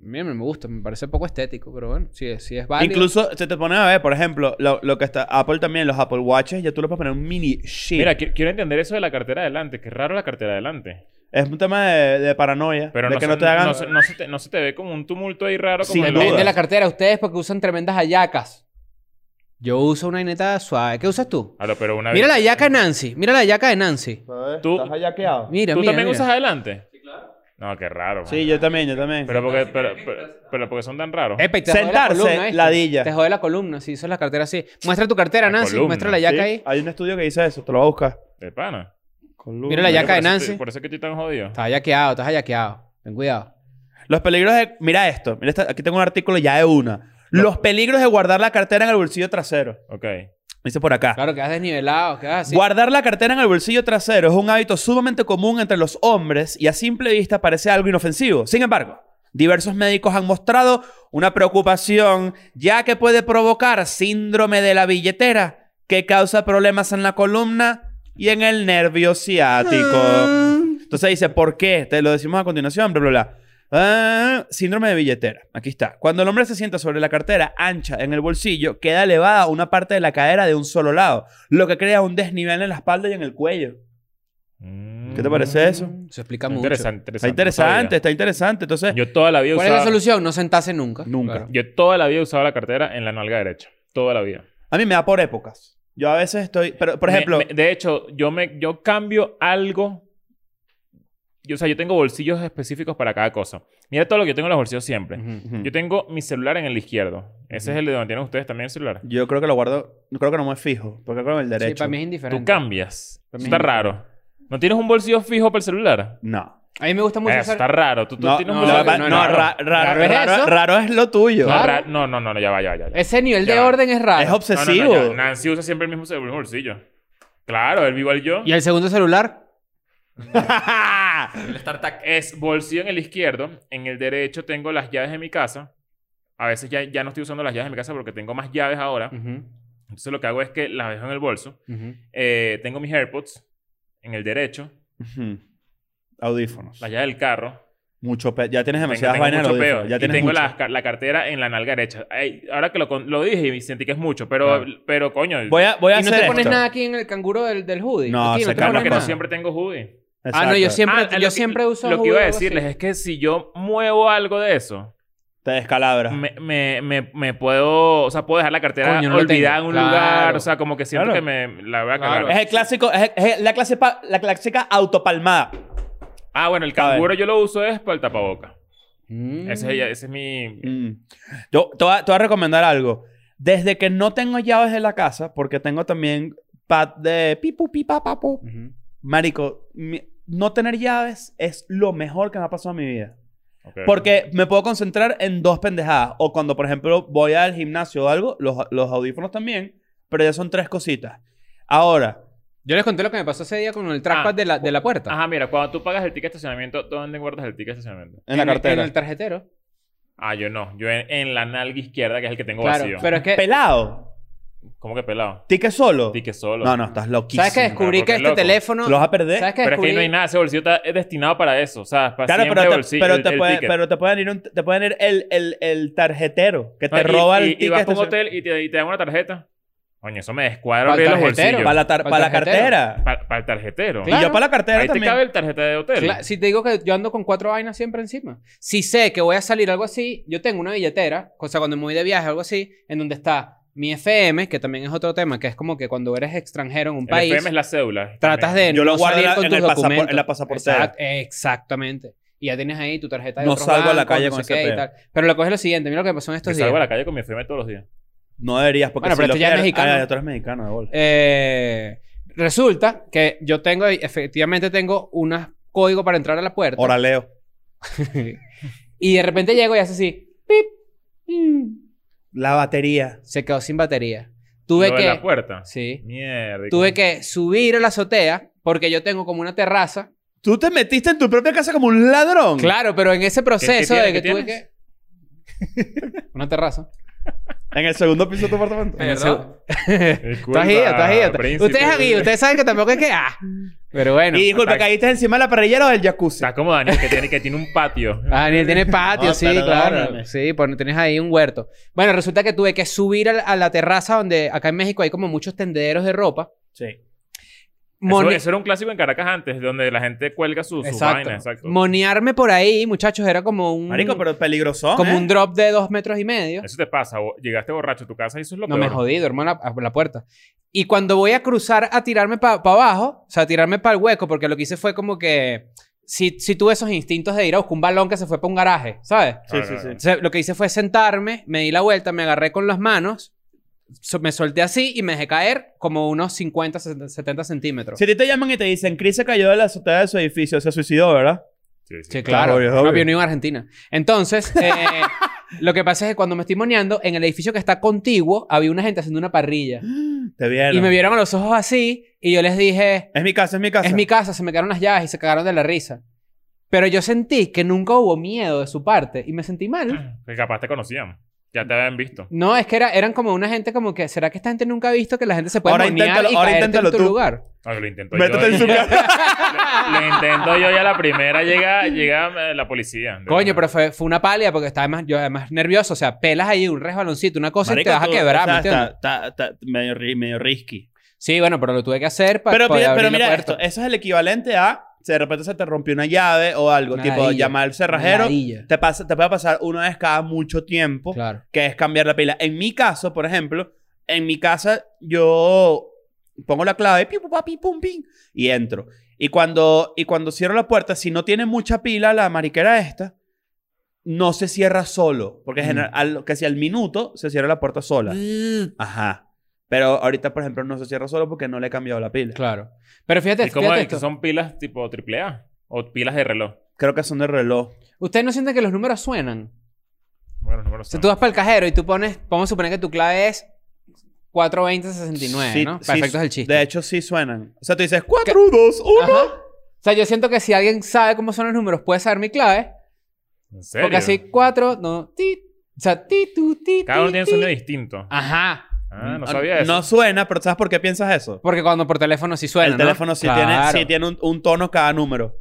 Mira, me gusta, me parece poco estético, pero bueno, si es, si es válido.
Incluso se te pone a ver, por ejemplo, lo, lo que está Apple también, los Apple Watches, ya tú le puedes poner un mini shit.
Mira, qui- quiero entender eso de la cartera adelante. Qué raro la cartera adelante.
es un tema de, de paranoia,
Pero
de
no,
que
se,
no te hagan.
no se- no se te, no se te ve como un tumulto ahí raro. Como
Sin
de los-
duda.
Vende la cartera a ustedes porque usan tremendas hallacas. Yo uso una ineta suave. ¿Qué usas tú?
Ahora, pero una
Mira la
vez-
hallaca de Nancy. Mira la hallaca de Nancy.
Tú-
¿Estás hallaqueado?
Mira,
¿Tú
mira,
también
mira.
usas adelante?
Sí, claro.
No, qué raro.
Sí,
man.
yo también, yo también.
pero, porque, pero,
pues.
pero- pero porque son tan raros.
Epa, y te jode la
Sentarse,
columna, ¿viste?
ladilla.
Te jode la columna si usas la cartera así. Muestra tu cartera,
La
Nancy.
columna.
Muestra la
Sí,
yaca ahí.
Hay un estudio que dice eso, te lo voy a buscar.
De pana.
Mira la
Oye,
yaca de
por eso
Nancy.
te- Por eso es que estoy tan jodido.
Estás hallaqueado, estás hallaqueado. Ten cuidado.
Los peligros de. Mira esto, mira esta- aquí tengo un artículo ya de una. Los peligros de guardar la cartera en el bolsillo trasero.
Ok.
Dice por acá.
Claro, quedas desnivelado, quedas así.
Guardar la cartera en el bolsillo trasero es un hábito sumamente común entre los hombres y a simple vista parece algo inofensivo. Sin embargo, diversos médicos han mostrado una preocupación ya que puede provocar síndrome de la billetera que causa problemas en la columna y en el nervio ciático. Entonces dice, ¿por qué? Te lo decimos a continuación, bla, bla, bla. Ah, síndrome de billetera. Aquí está. Cuando el hombre se sienta sobre la cartera ancha en el bolsillo, queda elevada una parte de la cadera de un solo lado, lo que crea un desnivel en la espalda y en el cuello. ¿Qué te parece eso?
Se explica mucho.
Mm. Interesante, interesante.
Está
No
interesante,
sabía.
está interesante. Entonces,
Yo toda la vida
¿Cuál es
usaba...
la solución? No sentarse nunca.
Nunca.
Claro.
Yo toda la vida usaba la cartera en la nalga derecha. Toda la vida.
a mí me da por épocas. Yo a veces estoy, pero por
Me-
ejemplo,
me- de hecho, yo me yo cambio algo. Yo, o sea, yo tengo bolsillos específicos para cada cosa. Mira todo lo que yo tengo en los bolsillos siempre.
Ujú.
Ujú.
Yo tengo mi celular en el izquierdo. Ese es el de donde tienen ustedes también el celular.
yo creo que lo guardo, creo que no me fijo, porque creo que el derecho.
Sí, para mí es indiferente.
Tú cambias.
Para
Eso
mí-
está raro. ¿No tienes un bolsillo fijo para el celular?
No.
A mí me gusta mucho
Eso
usar...
está raro. Tú, tú
No,
tienes
no,
un
no,
uso-
no,
no,
no,
ra- ra-
Raro
raro,
es eso.
raro es lo tuyo.
No,
Claro.
ra- no, no, no, no, ya va, ya va, ya, va, ya va.
Ese nivel de
Ya.
orden es
Es
raro.
No, no, no,
obsesivo.
ya. Nancy usa siempre el mismo cel- el bolsillo. Claro, él igual yo.
¿Y el segundo celular?
El StarTac.
Es bolsillo en el izquierdo, en el derecho tengo las llaves de mi casa. A veces ya, ya no estoy usando las llaves de mi casa porque tengo más llaves ahora.
Mm.
Ujú,
Entonces lo que hago es que las dejo en el bolso.
ujú.
Eh, tengo mis AirPods en el derecho,
Ujú. Audífonos.
las llaves del carro.
Mucho pe- Ya tienes
Tengo,
demasiadas
tengo
vainas en
mucho
los
peo.
audífonos. Ya
y
tienes
tengo
mucho.
la, ca- la cartera en la nalga derecha. Ay, ahora que lo, con- lo dije y sentí que es mucho, pero, pero coño.
Voy a, voy a
¿Y no
hacer
te pones
esto.
nada aquí en el canguro del, del hoodie?
No,
Aquí,
se
te
Carlos,
calma,
pones
que no
nada.
siempre tengo hoodie.
Ah, no, yo
Exacto.
siempre,
Ah,
yo
lo que-
siempre uso
Lo que
hoodie
iba
o
a
algo así.
decirles es que si yo muevo algo de eso,
Te descalabra.
me, me, me, me puedo... O sea, puedo dejar la cartera
Coño, no lo
olvidada en
tengo.
un
Claro.
lugar. O sea, como que siento
Claro.
que me la voy a
Claro.
cagar.
Es el clásico, es, es la, clase pa- la clásica autopalmada.
Ah, bueno, el canguro yo lo uso es para el tapaboca.
Mm.
Ese, es, ese es mi...
Mm. Yo te voy, a, te voy a recomendar algo. Desde que no tengo llaves de la casa, porque tengo también pad de pipu, pipa, papu.
Ujú.
Marico, mi- no tener llaves es lo mejor que me ha pasado en mi vida.
Ok.
Porque me puedo concentrar en dos pendejadas. O cuando, por ejemplo, voy al gimnasio o algo, los, los audífonos también. Pero ya son tres cositas. Ahora,
Yo les conté lo que me pasó ese día con el trackpad
Ah.
de, la, de la puerta.
Ajá, mira, cuando tú pagas el ticket de estacionamiento, ¿dónde guardas el ticket de estacionamiento?
en la
el-
cartera.
En el tarjetero.
Ah, yo no. Yo en, en la nalga izquierda, que es el que tengo
claro.
vacío.
Pero es que...
Pelado.
¿Cómo que pelado?
Tique solo.
Ticket solo.
No, no, estás loquísimo.
¿Sabes qué? Descubrí
porque
que
es
este
loco.
teléfono...
Te los vas a perder.
¿Sabes qué?
Pero es que
descubrí?
ahí no hay nada. Ese bolsillo está es destinado para eso. O sea, para
Claro,
siempre
pero te,
bolsillo,
pero
el-
te,
el
puede-
ticket.
pero te pueden ir, un- te pueden ir el, el, el tarjetero que te
No, y-
roba
y,
el
y
ticket. este
vas a un
estacion-
hotel y te, y te dan una tarjeta. Coño, eso me descuadra
Pa'l
bien los
tarjetero.
bolsillos.
Para la, tar-
Pa'l
para la
tarjetero.
cartera.
Para, el tarjetero.
Claro.
Y yo para la cartera
Ahí te
también.
cabe el tarjeta de hotel.
Cla- si te digo que yo ando con cuatro vainas siempre encima. Si sé que voy a salir algo así, yo tengo una billetera, o sea, cuando me voy de viaje o algo así, en donde está mi FM, que también es otro tema, que es como que cuando eres extranjero en un
el
país,
FM es la cédula.
tratas de
Yo lo
no
guardo
salir
en la-
con
en
tus
el pasapor-
documentos.
en la pasaportera.
Exact- exactamente. Y ya tienes ahí tu tarjeta de
No
otros
salgo a la
bancos,
calle
no
con
sé
ese
qué y
pedo.
tal. Pero lo que es lo siguiente, mira lo que pasó
Que
en estos días.
salgo a la calle con mi FM todos los días.
No deberías porque
Bueno,
si
pero
lo
tú ya eres
pierdes-
mexicano.
Ah, ya tú eres mexicano de bola.
Eh, resulta que yo tengo, efectivamente tengo unos códigos para entrar a la puerta.
Oraleo.
y de repente llego y hace así. Pip. Mm.
La batería.
Se quedó sin batería. Tuve
Lo de la
que.
puerta.
Sí.
Mierda. y como-
Tuve que subir a la azotea porque yo tengo como una terraza.
Tú te metiste en tu propia casa como un ladrón.
Claro, pero en ese proceso
Mm. ¿Qué- qué
de que
tienes?
tuve que. una terraza.
En el segundo piso de tu apartamento.
¿Perdón?
Disculpa,
Estás ahí, estás ahí.
príncipe.
Ustedes aquí, ustedes saben que tampoco es que. Ah. Pero bueno.
y disculpa,
ataque.
¿caíste encima de la parrillera o del jacuzzi?
Está como Daniel, que tiene, que tiene un patio.
Ah, Daniel tiene patio,
No,
sí,
perdóname.
claro. Sí, pues tienes ahí un huerto. Bueno, resulta que tuve que subir a la, a la terraza donde acá en México hay como muchos tendederos de ropa.
Sí.
Eso,
Mone-
eso era un clásico en Caracas antes, donde la gente cuelga sus su
Exacto.
vainas. Exacto.
Monearme por ahí, muchachos, era como un.
Marico, pero peligroso.
como
¿eh?
un drop de dos metros y medio.
Eso te pasa. bo- Llegaste borracho a tu casa y eso es lo
No
peor.
me jodido, hermano, a a la puerta. Y cuando voy a cruzar a tirarme para abajo, o sea, a tirarme para el hueco, porque lo que hice fue como que. Si, si tuve esos instintos de ir a buscar un balón que se fue para un garaje, ¿sabes?
Sí, sí, sí.
Entonces, lo que hice fue sentarme, me di la vuelta, me agarré con las manos, so- me solté así y me dejé caer como unos 50, 60, 70 centímetros.
Si a ti te llaman y te dicen, Chris se cayó de la azotea de su edificio, se suicidó, ¿verdad?
Sí, Pues sí.
Sí, claro.
Claro, obvio,
No,
obvio.
pero yo no iba a Argentina. Entonces, eh, lo que pasa es que cuando me estoy moneando, en el edificio que está contiguo, había una gente haciendo una parrilla.
Te vieron.
Y me vieron a los ojos así y yo les dije,
Es mi casa, es mi casa.
es mi casa, se me quedaron las llaves y se cagaron de la risa. Pero yo sentí que nunca hubo miedo de su parte y me sentí
Ah.
mal.
Que capaz te conocían. Ya te habían visto.
No, es que era, eran como una gente como que, ¿será que esta gente nunca ha visto que la gente se puede
Ahora
monear
inténtalo-
y
ahora
caerte
inténtalo
en tu
tú.
lugar?
Ah, yo lo intento
Métete
yo.
en su casa.
Lo intento yo y a la primera llega, llega eh, la policía.
Coño, pero fue, fue una palia porque estaba además, yo además nervioso. O sea, pelas ahí un resbaloncito, una cosa y te vas a
tú,
quebrar,
o sea,
¿me entiendes?
está- está- está medio, ri- medio risky.
Sí, bueno, pero lo tuve que hacer para
Pero,
poder
mira-
Pues, abrir
pero
la
mira
puerta.
esto. Eso es el equivalente a... Si de repente se te rompió una llave o algo.
Una
tipo,
ladilla.
llamar al cerrajero.
Ladilla.
Te, pasa, te puede pasar una vez cada mucho tiempo.
Claro.
que es cambiar la pila. En mi caso, por ejemplo, en mi casa yo pongo la clave, pi, pu, pa, pi, pum, pim, y entro. Y cuando, y cuando cierro la puerta, si no tiene mucha pila la mariquera esta, no se cierra solo,
Mm.
porque genera- al, casi al minuto se cierra la puerta sola. Ajá. Pero ahorita, por ejemplo, no se cierra solo porque no le he cambiado la pila.
Claro. Pero fíjate,
¿Y cómo
fíjate
es?
esto.
¿Son pilas tipo AAA? ¿O pilas de reloj?
Creo que son de reloj.
Ustedes no sienten que los números suenan.
Bueno, los números
Si
son.
tú vas para el cajero y tú pones, vamos a suponer que tu clave es 42069,
Sí,
¿no?
sí,
Perfecto es el chiste.
De hecho, sí suenan. O sea, tú dices 4, 2, 1.
Ajá. O sea, yo siento que si alguien sabe cómo son los números, puede saber mi clave.
¿En serio?
Porque así cuatro, no, ti, o sea, ti, tu, ti,
Cada uno
ti,
tiene un
ti.
sonido distinto.
Ajá.
Ah, no sabía eso.
No suena, pero ¿sabes por qué piensas eso?
Porque cuando por teléfono sí suena,
el
¿no?
teléfono sí
Claro.
tiene, sí tiene un, un tono cada número.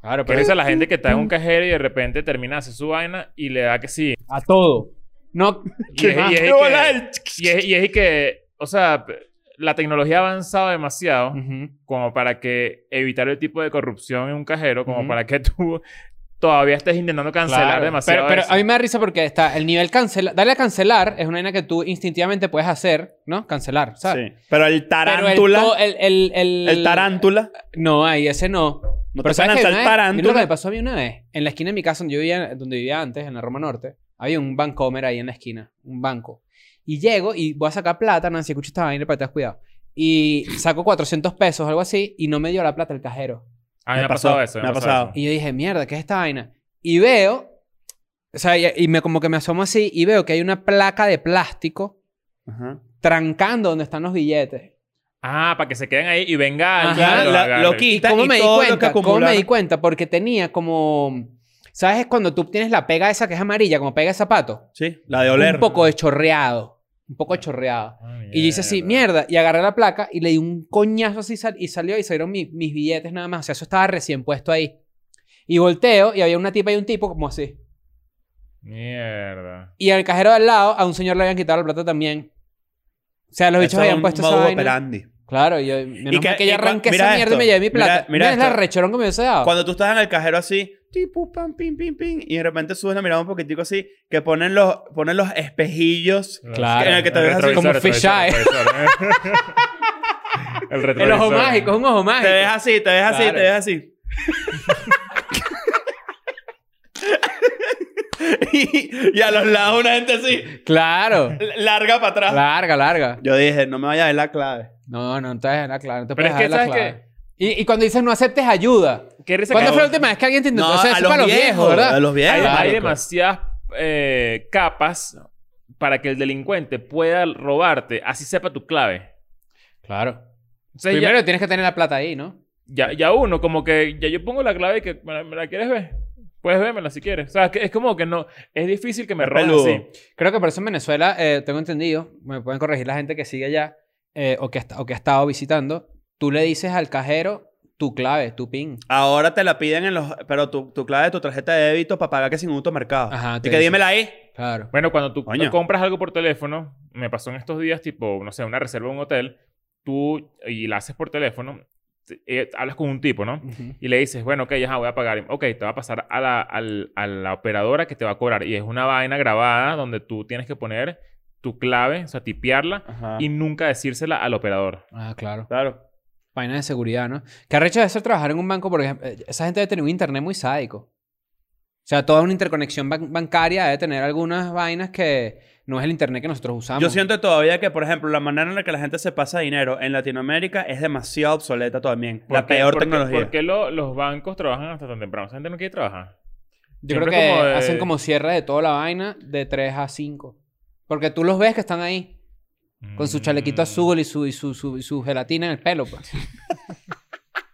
Claro,
¿Qué
pero...
dice la gente que está en un
Mm.
cajero y de repente termina de hacer su vaina y le da que sí?
A todo. No,
Y es, y es
¡Qué
y
bola
que,
el-
y es- y es y que, o sea, p- la tecnología ha avanzado demasiado
Ujú.
como para que evitar el tipo de corrupción en un cajero, como
Ujú.
para que tú todavía estés intentando cancelar
Claro.
demasiado.
Pero, pero
eso.
a mí me da risa porque está el nivel cancelar. Darle a cancelar es una vaina que tú instintivamente puedes hacer, ¿no? Cancelar, ¿sabes?
Sí. Pero el
Pero el
tarántula.
to-
el,
el, el, el,
tarántula.
No, ahí ese no.
No
Pero
te
¿sabes
suena
qué?
el
Una vez- mira lo que me
tarántula.
pasó a mí una vez. En la esquina de mi casa donde yo vivía, donde vivía antes, en la Roma Norte, había un bancomer ahí en la esquina. Un banco. Y llego y voy a sacar plata. Nancy, escucha esta vaina para que te has cuidado. Y saco 400 pesos o algo así y no me dio la plata el cajero.
A mí
Me
me ha pasado
pasó,
eso.
me ha pasado.
eso.
Y yo dije, mierda, ¿qué es esta vaina? Y veo, o sea, y, y me, como que me asomo así y veo que hay una placa de plástico
Ajá.
trancando donde están los billetes.
Ah, para que se queden ahí y venga alguien
Ajá.
y los
La-
agarre.
lo quita.
¿Y cómo
y
me di
todo lo
cuenta?
que
¿Cómo me
acumularon.
di cuenta? Porque tenía como... ¿Sabes? Cuando tú tienes la pega esa que es amarilla, como pega de zapato.
Sí, la de oler.
Un poco de chorreado. Un poco de chorreado.
Ah,
Y yo hice así, mierda. Y agarré la placa y le di un coñazo así sal- y salió y salieron mi- mis billetes nada más. O sea, eso estaba recién puesto ahí. Y volteo y había una tipa y un tipo como así.
Mierda.
Y al cajero de al lado, a un señor le habían quitado la plata también. O sea, los
Eso
bichos
es
habían
un
puesto esa
modus
vaina.
operandi.
Claro, yo, menos
que-
mal que
y
yo
cua-
arranqué
mira
esa mierda y
esto,
me llevé mi
mira-
plata.
mira
Mira, es la
esto.
rechorón que me hubiese dado.
Cuando tú estás en el cajero así, tipo pam, pim, pim, pim, y de repente subes la mirada un poquitico así, que ponen los, ponen los espejillos.
Claro.
En el que te
El
ves así
retrovisor,
como
retrovisor,
fisheye.
retrovisor. El retrovisor.
El ojo mágico, es un ojo mágico.
Te ves así, te ves así,
Claro.
te ves así. y, y a los lados una gente así,
Claro.
larga para atrás.
Larga, larga.
Yo dije, no me vaya a ver la clave.
No, no, no te dejes la clave. No te
Pero
puedes
es que,
dejar la
¿sabes
clave. Y, y cuando dices no aceptes ayuda.
qué? ¿Qué risa que-
¿Cuándo fue la última vez que alguien te intentó?
No,
o
a
sea, eso es
los
para los viejos,
viejos,
¿verdad?
a los viejos.
Hay,
Ahí va.
hay
Marico.
demasiadas eh, capas para que el delincuente pueda robarte, así sepa tu clave.
Claro.
O sea,
Primero
ya,
tienes que tener la plata ahí, ¿no?
ya- ya uno, como que ya yo pongo la clave y que me la, me la quieres ver. Puedes vérmela si quieres. O sea, que es como que no. Es difícil que me
Es
robes
peludo.
así.
Creo que por eso en Venezuela, eh, tengo entendido, me pueden corregir la gente que sigue allá eh, o, que ha- o que ha estado visitando, tú le dices al cajero tu clave, tu PIN.
Ahora te la piden en los... Pero tu, tu clave de tu tarjeta de débito para pagar que sin un automercado.
Ajá,
y
te
que
dice.
dímela ahí.
Claro.
Bueno, cuando tú
Coño.
compras algo por teléfono, me pasó en estos días, tipo, no sé, una reserva en un hotel, tú y la haces por teléfono, te- eh, hablas con un tipo, ¿no? Y le dices, bueno, ok, ya voy a pagar. Ok, te va a pasar a la, al- a la operadora que te va a cobrar. Y es una vaina grabada donde tú tienes que poner tu clave, o sea, tipearla
Ajá.
y nunca decírsela al operador.
Ah, claro.
Claro.
Vaina de seguridad, ¿no? Que arrecho de ser trabajar en un banco, porque eh, esa gente debe tener un internet muy sádico. O sea, toda una interconexión ban- bancaria debe tener algunas vainas que no es el internet que nosotros usamos.
Yo siento todavía que, por ejemplo, la manera en la que la gente se pasa dinero en Latinoamérica es demasiado obsoleta también. La
¿Por qué-
peor
por qué-
tecnología.
¿Por qué lo- los bancos trabajan hasta tan temprano? Esa gente no quiere trabajar.
Yo creo
Siempre
que
como de-
hacen como cierre de toda la vaina de 3 a 5. Porque tú los ves que están ahí. Con su chalequito
Mm.
azul y su, y su, su, y su gelatina en el pelo, pues.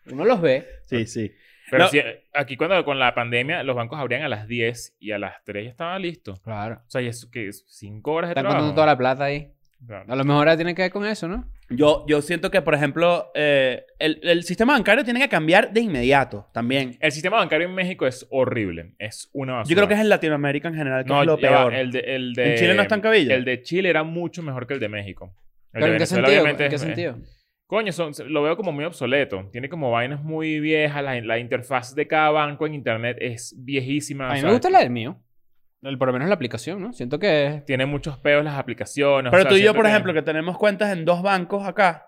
Uno los ve.
Sí, sí.
Pero
No.
sí, eh, aquí cuando con la pandemia los bancos abrían a las 10 y a las 3 ya estaba listo.
Claro.
O sea, y es que es 5 horas de
Están
trabajo.
contando toda la plata ahí.
Claro.
A lo mejor ahora tiene que ver con eso, ¿no?
Yo, yo siento que, por ejemplo, eh, el, el sistema bancario tiene que cambiar de inmediato también.
El sistema bancario en México es horrible. Es una basura.
Yo creo que es en Latinoamérica en general que es lo
ya va,
peor.
El de, el de-
¿En Chile no está en cabilla?
El de Chile era mucho mejor que el de México. El
Pero
de
¿en qué
Venezuela,
sentido?
obviamente,
¿En qué
es- eh,
sentido?
Coño, son- lo veo como muy obsoleto. Tiene como vainas muy viejas. La, la interfaz de cada banco en internet es viejísima.
A mí me
¿sabes?
gusta la del mío. El- por lo menos la aplicación, ¿no? Siento que es...
Tiene muchos peos las aplicaciones. o
Pero
sea,
tú y yo,
siento
por
que-
ejemplo, que tenemos cuentas en dos bancos acá,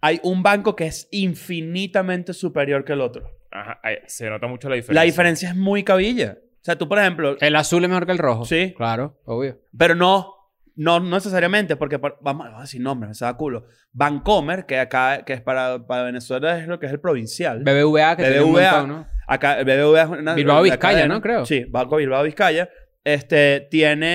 hay un banco que es infinitamente superior que el otro.
Ajá, ay, se nota mucho la diferencia.
La diferencia es
Eh.
muy cabilla. O sea, tú, por ejemplo,
El azul es mejor que el rojo.
Sí.
Claro, obvio.
pero no. No necesariamente, porque por- vamos, vamos a decir nombres, me saca culo. Vancomer, que acá, que es para, para Venezuela, es lo que es el provincial.
BBVA, que tiene un
BBVA.
montón, ¿no?
Acá, BBVA es una.
Bilbao
una
Vizcaya,
cadena.
¿no? Creo.
Sí, Banco Bilbao Vizcaya. Este,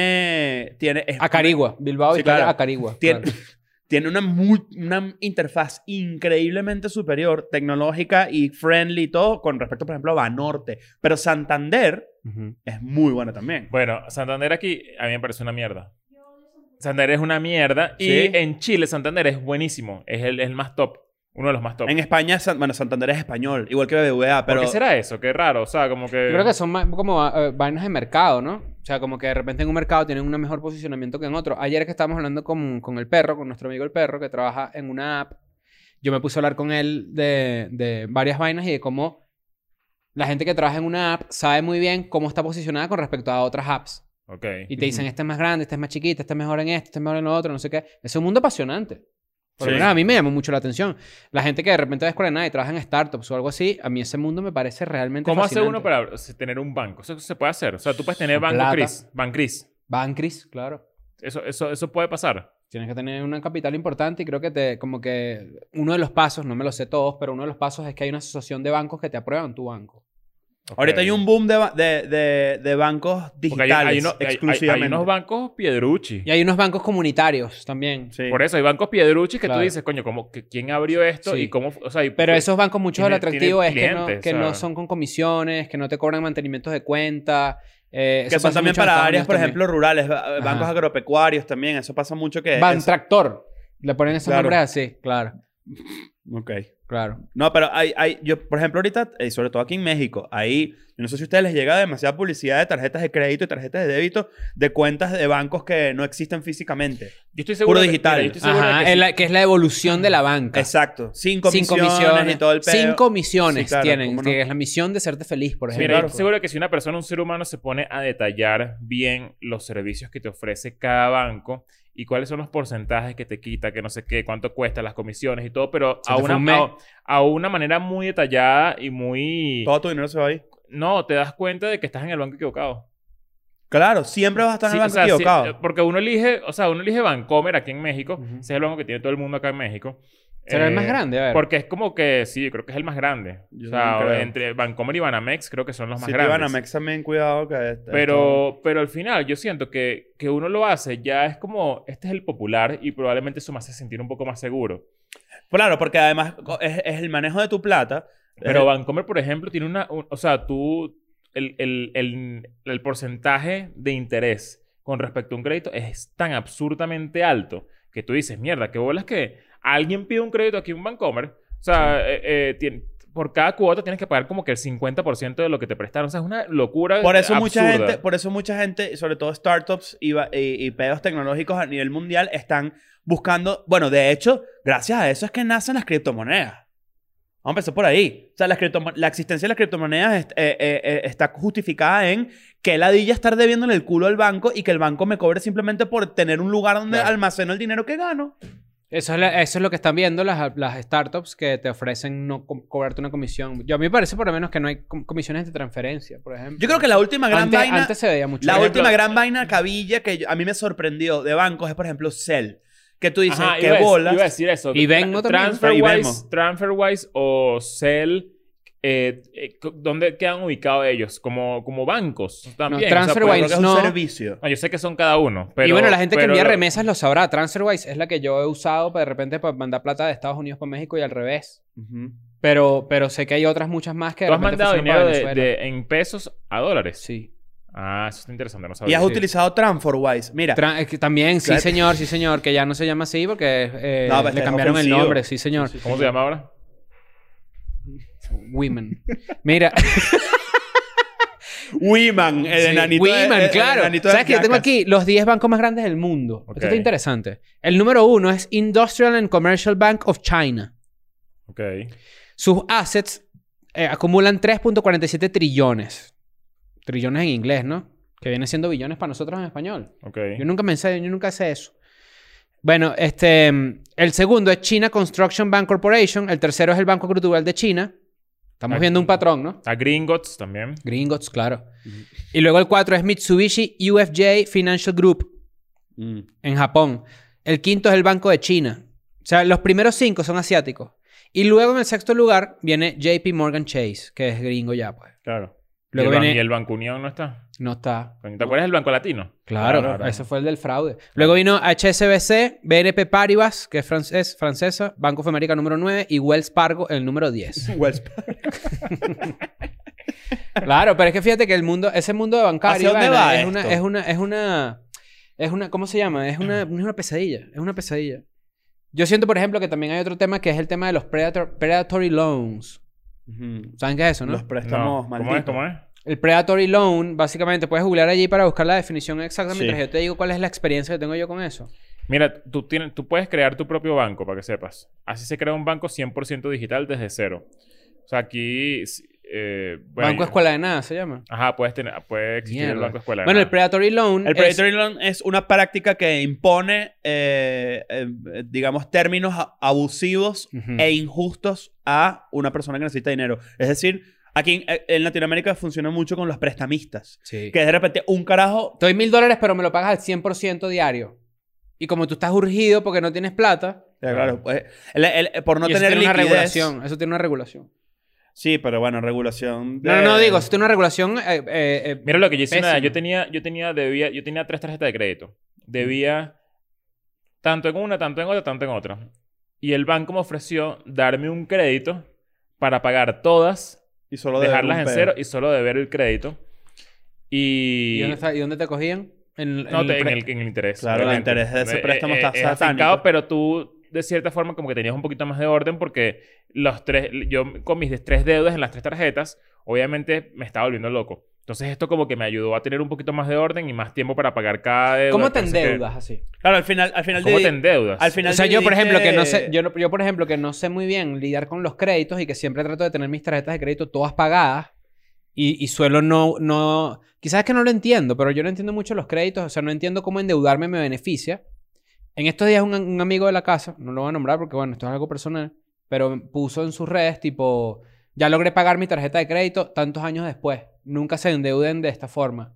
tiene. tiene es-
Acarigua. Bilbao,
Sí,
Italia,
claro.
Acarigua.
Tiene,
claro.
tiene una, muy- una interfaz increíblemente superior, tecnológica y friendly y todo, con respecto, por ejemplo, a Banorte. Pero Santander
Ujú.
es muy buena también.
Bueno, Santander aquí a mí me parece una mierda. Santander es una mierda.
Sí.
Y en Chile, Santander es buenísimo. Es el, el más top. Uno de los más top.
En España, San- bueno, Santander es español, igual que BBVA,
¿Por
pero.
qué será eso? Qué raro. O sea, como que.
Yo creo que son más como eh, vainas de mercado, ¿no? O sea, como que de repente en un mercado tienen un mejor posicionamiento que en otro. Ayer que estábamos hablando con, con el perro, con nuestro amigo el perro, que trabaja en una app, yo me puse a hablar con él de, de varias vainas y de cómo la gente que trabaja en una app sabe muy bien cómo está posicionada con respecto a otras apps.
Ok.
Y te dicen, esta es más grande, esta es más chiquita, esta es mejor en esto, esta es mejor en lo otro, no sé qué. Es un mundo apasionante. Por lo
Sí.
menos a mí me llamó mucho la atención. La gente que de repente ve escuela de nada y trabaja en startups o algo así, a mí ese mundo me parece realmente
¿Cómo hace
fascinante.
uno para o sea, tener un banco? Eso se puede hacer. O sea, tú puedes tener
Con
banco
plata.
Cris. Bancris.
Bancris, claro.
Eso, eso, eso puede pasar.
Tienes que tener una capital importante y creo que te, como que uno de los pasos, no me lo sé todos, pero uno de los pasos es que hay una asociación de bancos que te aprueban tu banco.
Ok.
Ahorita hay un boom de, ba- de, de- de bancos
Porque hay-
digitales
hay, uno- hay- hay- hay
exclusivamente.
unos bancos piedruchi.
Y hay unos bancos comunitarios también.
Sí.
Por eso hay bancos piedruchi que
Claro.
tú dices, coño, ¿cómo, que- ¿quién abrió esto?
Sí.
Y cómo, o sea, y-
Pero esos bancos, muchos del
Tiene-
atractivo
tiene
es que, no,
clientes,
que no
¿sabes?
son con comisiones, que no te cobran mantenimientos de cuenta. eh,
que
eso
son
pasa
también
mucho en
para
Estados
áreas,
Unidos
por
también.
ejemplo, rurales, ba-
Ajá.
bancos agropecuarios también, eso pasa mucho que...
Van
es-
Tractor. Le ponen esos
Claro.
nombres así. Claro,
Ok.
claro.
No, pero hay, hay, yo, por ejemplo, ahorita, y sobre todo aquí en México, ahí, yo no sé si a ustedes les llega demasiada publicidad de tarjetas de crédito y tarjetas de débito de cuentas de bancos que no existen físicamente.
yo estoy seguro
puro
de-
digital.
mira, yo estoy seguro de
Ajá,
que
es
si-
la- que es la evolución de la banca.
Exacto. Sin comisiones,
Sin comisiones.
y todo el pedo.
Sin comisiones
Sí, claro,
tienen.
cómo no.
Que es la misión de hacerte feliz, por
Sí,
ejemplo.
Mira,
claro.
yo estoy seguro que si una persona, un ser humano, se pone a detallar bien los servicios que te ofrece cada banco y cuáles son los porcentajes que te quita, que no sé qué, cuánto cuesta, las comisiones y todo, pero
Se
a
te fue un
una,
mes.
a, a una manera muy detallada y muy...
Todo tu dinero se va ahí.
No, te das cuenta de que estás en el banco equivocado.
Claro, siempre vas a estar en
Sí,
el
o
banco
sea, sí,
equivocado.
eh, porque uno elige, o sea, uno elige Bancomer aquí en México,
Ujú.
ese es el banco que tiene todo el mundo acá en México.
Será el
Eh,
más grande, a ver.
Porque es como que, sí, yo creo que es el más grande.
Yo
o sea,
también creo.
entre Bancomer y Banamex creo que son los más
si te
grandes.
van a Mex también, cuidado que... este-
Pero, pero al final yo siento que, que uno lo hace, ya es como, este es el popular y probablemente eso me hace sentir un poco más seguro.
Claro, porque además co- es, es el manejo de tu plata.
Pero
Eh,
Bancomer, por ejemplo, tiene una, un- o sea, tú, el, el, el, el porcentaje de interés con respecto a un crédito es tan absurdamente alto que tú dices, mierda, qué bolas que alguien pide un crédito aquí en Bancomer. O sea, eh, eh, tien- por cada cuota tienes que pagar como que el 50% de lo que te prestaron. O sea, es una locura
Por
Eh,
eso, mucha
absurda.
gente, por eso mucha gente, sobre todo startups y, va- y, y pedos tecnológicos a nivel mundial, están buscando... Bueno, de hecho, gracias a eso es que nacen las criptomonedas. Vamos a empezar por ahí. O sea, las criptomo- la existencia de las criptomonedas est- eh, eh, eh, está justificada en que ladilla estar debiéndole el culo al banco y que el banco me cobre simplemente por tener un lugar donde
Claro.
almaceno el dinero que gano.
Eso es, la- eso es lo que están viendo las, las startups que te ofrecen no co- cobrarte una comisión. Yo a mí me parece por lo menos que no hay com- comisiones de transferencia, por ejemplo.
Yo creo que la última gran
antes,
vaina...
antes se veía mucho.
La
Por ejemplo,
última gran vaina cabilla que yo- a mí me sorprendió de bancos es, por ejemplo, Cell. Que tú dices,
Ajá,
que
iba a dec-
bolas.
Iba a decir eso.
Y Venmo
Tra-
también.
Ah, y
TransferWise,
Venmo.
TransferWise o Cell, eh, eh, co- ¿dónde quedan ubicados ellos? Como, como bancos también.
Pero
TransferWise-
creo que es un
no.
servicio.
pues, no, yo sé que son cada uno. Pero,
y bueno, la gente que
pero
envía
lo-
remesas lo sabrá. TransferWise es la que yo he usado pa- de repente para mandar plata de Estados Unidos para México y al revés.
Ujú.
Pero, pero sé que hay otras muchas más que de
Tú has
repente
mandado
funcionan para
dinero de,
Venezuela.
de- en pesos a dólares.
Sí.
Ah, eso está interesante, no
Y
sabía.
has
Sí.
utilizado TransferWise. Mira,
Tra- es que también, sí
Claro.
señor, sí señor, que ya no se llama así porque eh,
No, pero
le
es
cambiaron el
ofensivo.
nombre, sí señor.
¿Cómo se llama ahora?
Women. Mira,
Wiman, el
Sí,
enanito. de-
Wiman,
el- el
claro.
enanito de
¿Sabes que yo tengo
Jackass.
aquí los 10 bancos más grandes del mundo?
Ok.
Esto está interesante. El número uno es Industrial and Commercial Bank of China.
Ok.
Sus assets eh, acumulan 3.47 trillones. Trillones en inglés, ¿no? Que viene siendo billones para nosotros en español.
Ok.
Yo nunca pensé, yo nunca sé eso. Bueno, este, mm, el segundo es China Construction Bank Corporation. El tercero es el Banco Cultural de China. Estamos
Aquí.
viendo un patrón, ¿no?
A Gringotts también.
Gringotts, claro. Y luego el 4 es Mitsubishi UFJ Financial Group.
Mm.
en Japón. El quinto es el Banco de China. O sea, los primeros cinco son asiáticos. Y luego en el sexto lugar viene JP Morgan Chase, que es gringo ya, pues.
Claro.
Luego
¿Y, el ban-
viene...
y el Banco Unión no está?
No está.
Coño, ¿Te acuerdas del Banco Latino?
Claro,
Claro.
ese fue el del fraude. Luego vino HSBC, BNP Paribas, que es francés- francesa, Banco of America número 9 y Wells Fargo el número 10.
Wells
claro, pero es que fíjate que el mundo, ese mundo de bancario
¿Hacia dónde
Ivana,
va
es, una,
esto?
es una, es una, es una, ¿cómo se llama? Es una, es una pesadilla, es una pesadilla. Yo siento, por ejemplo, que también hay otro tema que es el tema de los predator- predatory loans. ¿Saben qué es eso, no?
Los
No.
préstamos
¿Cómo es?
malditos.
¿Cómo es?
El predatory loan, básicamente, puedes googlear allí para buscar la definición exacta
Sí.
mientras yo te digo cuál es la experiencia que tengo yo con eso.
Mira, tú, tienes, tú puedes crear tu propio banco, para que sepas. Así se crea un banco 100% digital desde cero. O sea, aquí... si- eh, bueno,
Banco
yo-
Escuela de Nada se llama.
Ajá, puedes tener, puede existir el
Mierda.
Banco Escuela. de
Bueno, el
Nada.
predatory loan.
El
es-
predatory loan es una práctica que impone, eh, eh, digamos, términos a- abusivos
Ujú.
e injustos a una persona que necesita dinero. Es decir, aquí en, eh, en Latinoamérica funciona mucho con los prestamistas.
Sí.
Que de repente un carajo...
Te doy mil dólares, pero me lo pagas al 100% diario. Y como tú estás urgido porque no tienes plata,
Ya, Claro, pues, el- el- por no
y eso
tener
tiene una
liquidez...
regulación. Eso tiene una regulación.
Sí, pero bueno, regulación... de-
No, no, no, digo, eso tiene una regulación. eh, eh, eh,
Mira lo que yo hice. nada,
Pésimo.
Yo tenía, yo tenía, debía, yo tenía tres tarjetas de crédito. Debía tanto en una, tanto en otra, tanto en otra. Y el banco me ofreció darme un crédito para pagar todas,
Y solo de
dejarlas
un
en
pedo.
cero y solo deber el crédito. Y...
¿y, dónde está- y dónde te cogían? En,
No, te- en,
pre-
el, en el interés.
Claro, el
obviamente. Eh,
interés de ese préstamo está
es
satánico.
afincado, pero tú, de cierta forma, como que tenías un poquito más de orden porque los tres, yo con mis tres deudas en las tres tarjetas, obviamente me estaba volviendo loco. Entonces esto como que me ayudó a tener un poquito más de orden y más tiempo para pagar cada deuda.
¿Cómo te
Entonces, que-
endeudas así?
Claro, al final... Al final
¿Cómo
de-
te endeudas?
al final
O sea, yo por ejemplo que no sé,
dividiste-
yo, no- yo por ejemplo que no sé muy bien lidiar con los créditos y que siempre trato de tener mis tarjetas de crédito todas pagadas y, y suelo no, no, quizás es que no lo entiendo, pero yo no entiendo mucho los créditos, o sea, no entiendo cómo endeudarme me beneficia. En estos días un, un amigo de la casa, no lo voy a nombrar porque bueno, esto es algo personal, pero puso en sus redes tipo, ya logré pagar mi tarjeta de crédito tantos años después, nunca se endeuden de esta forma.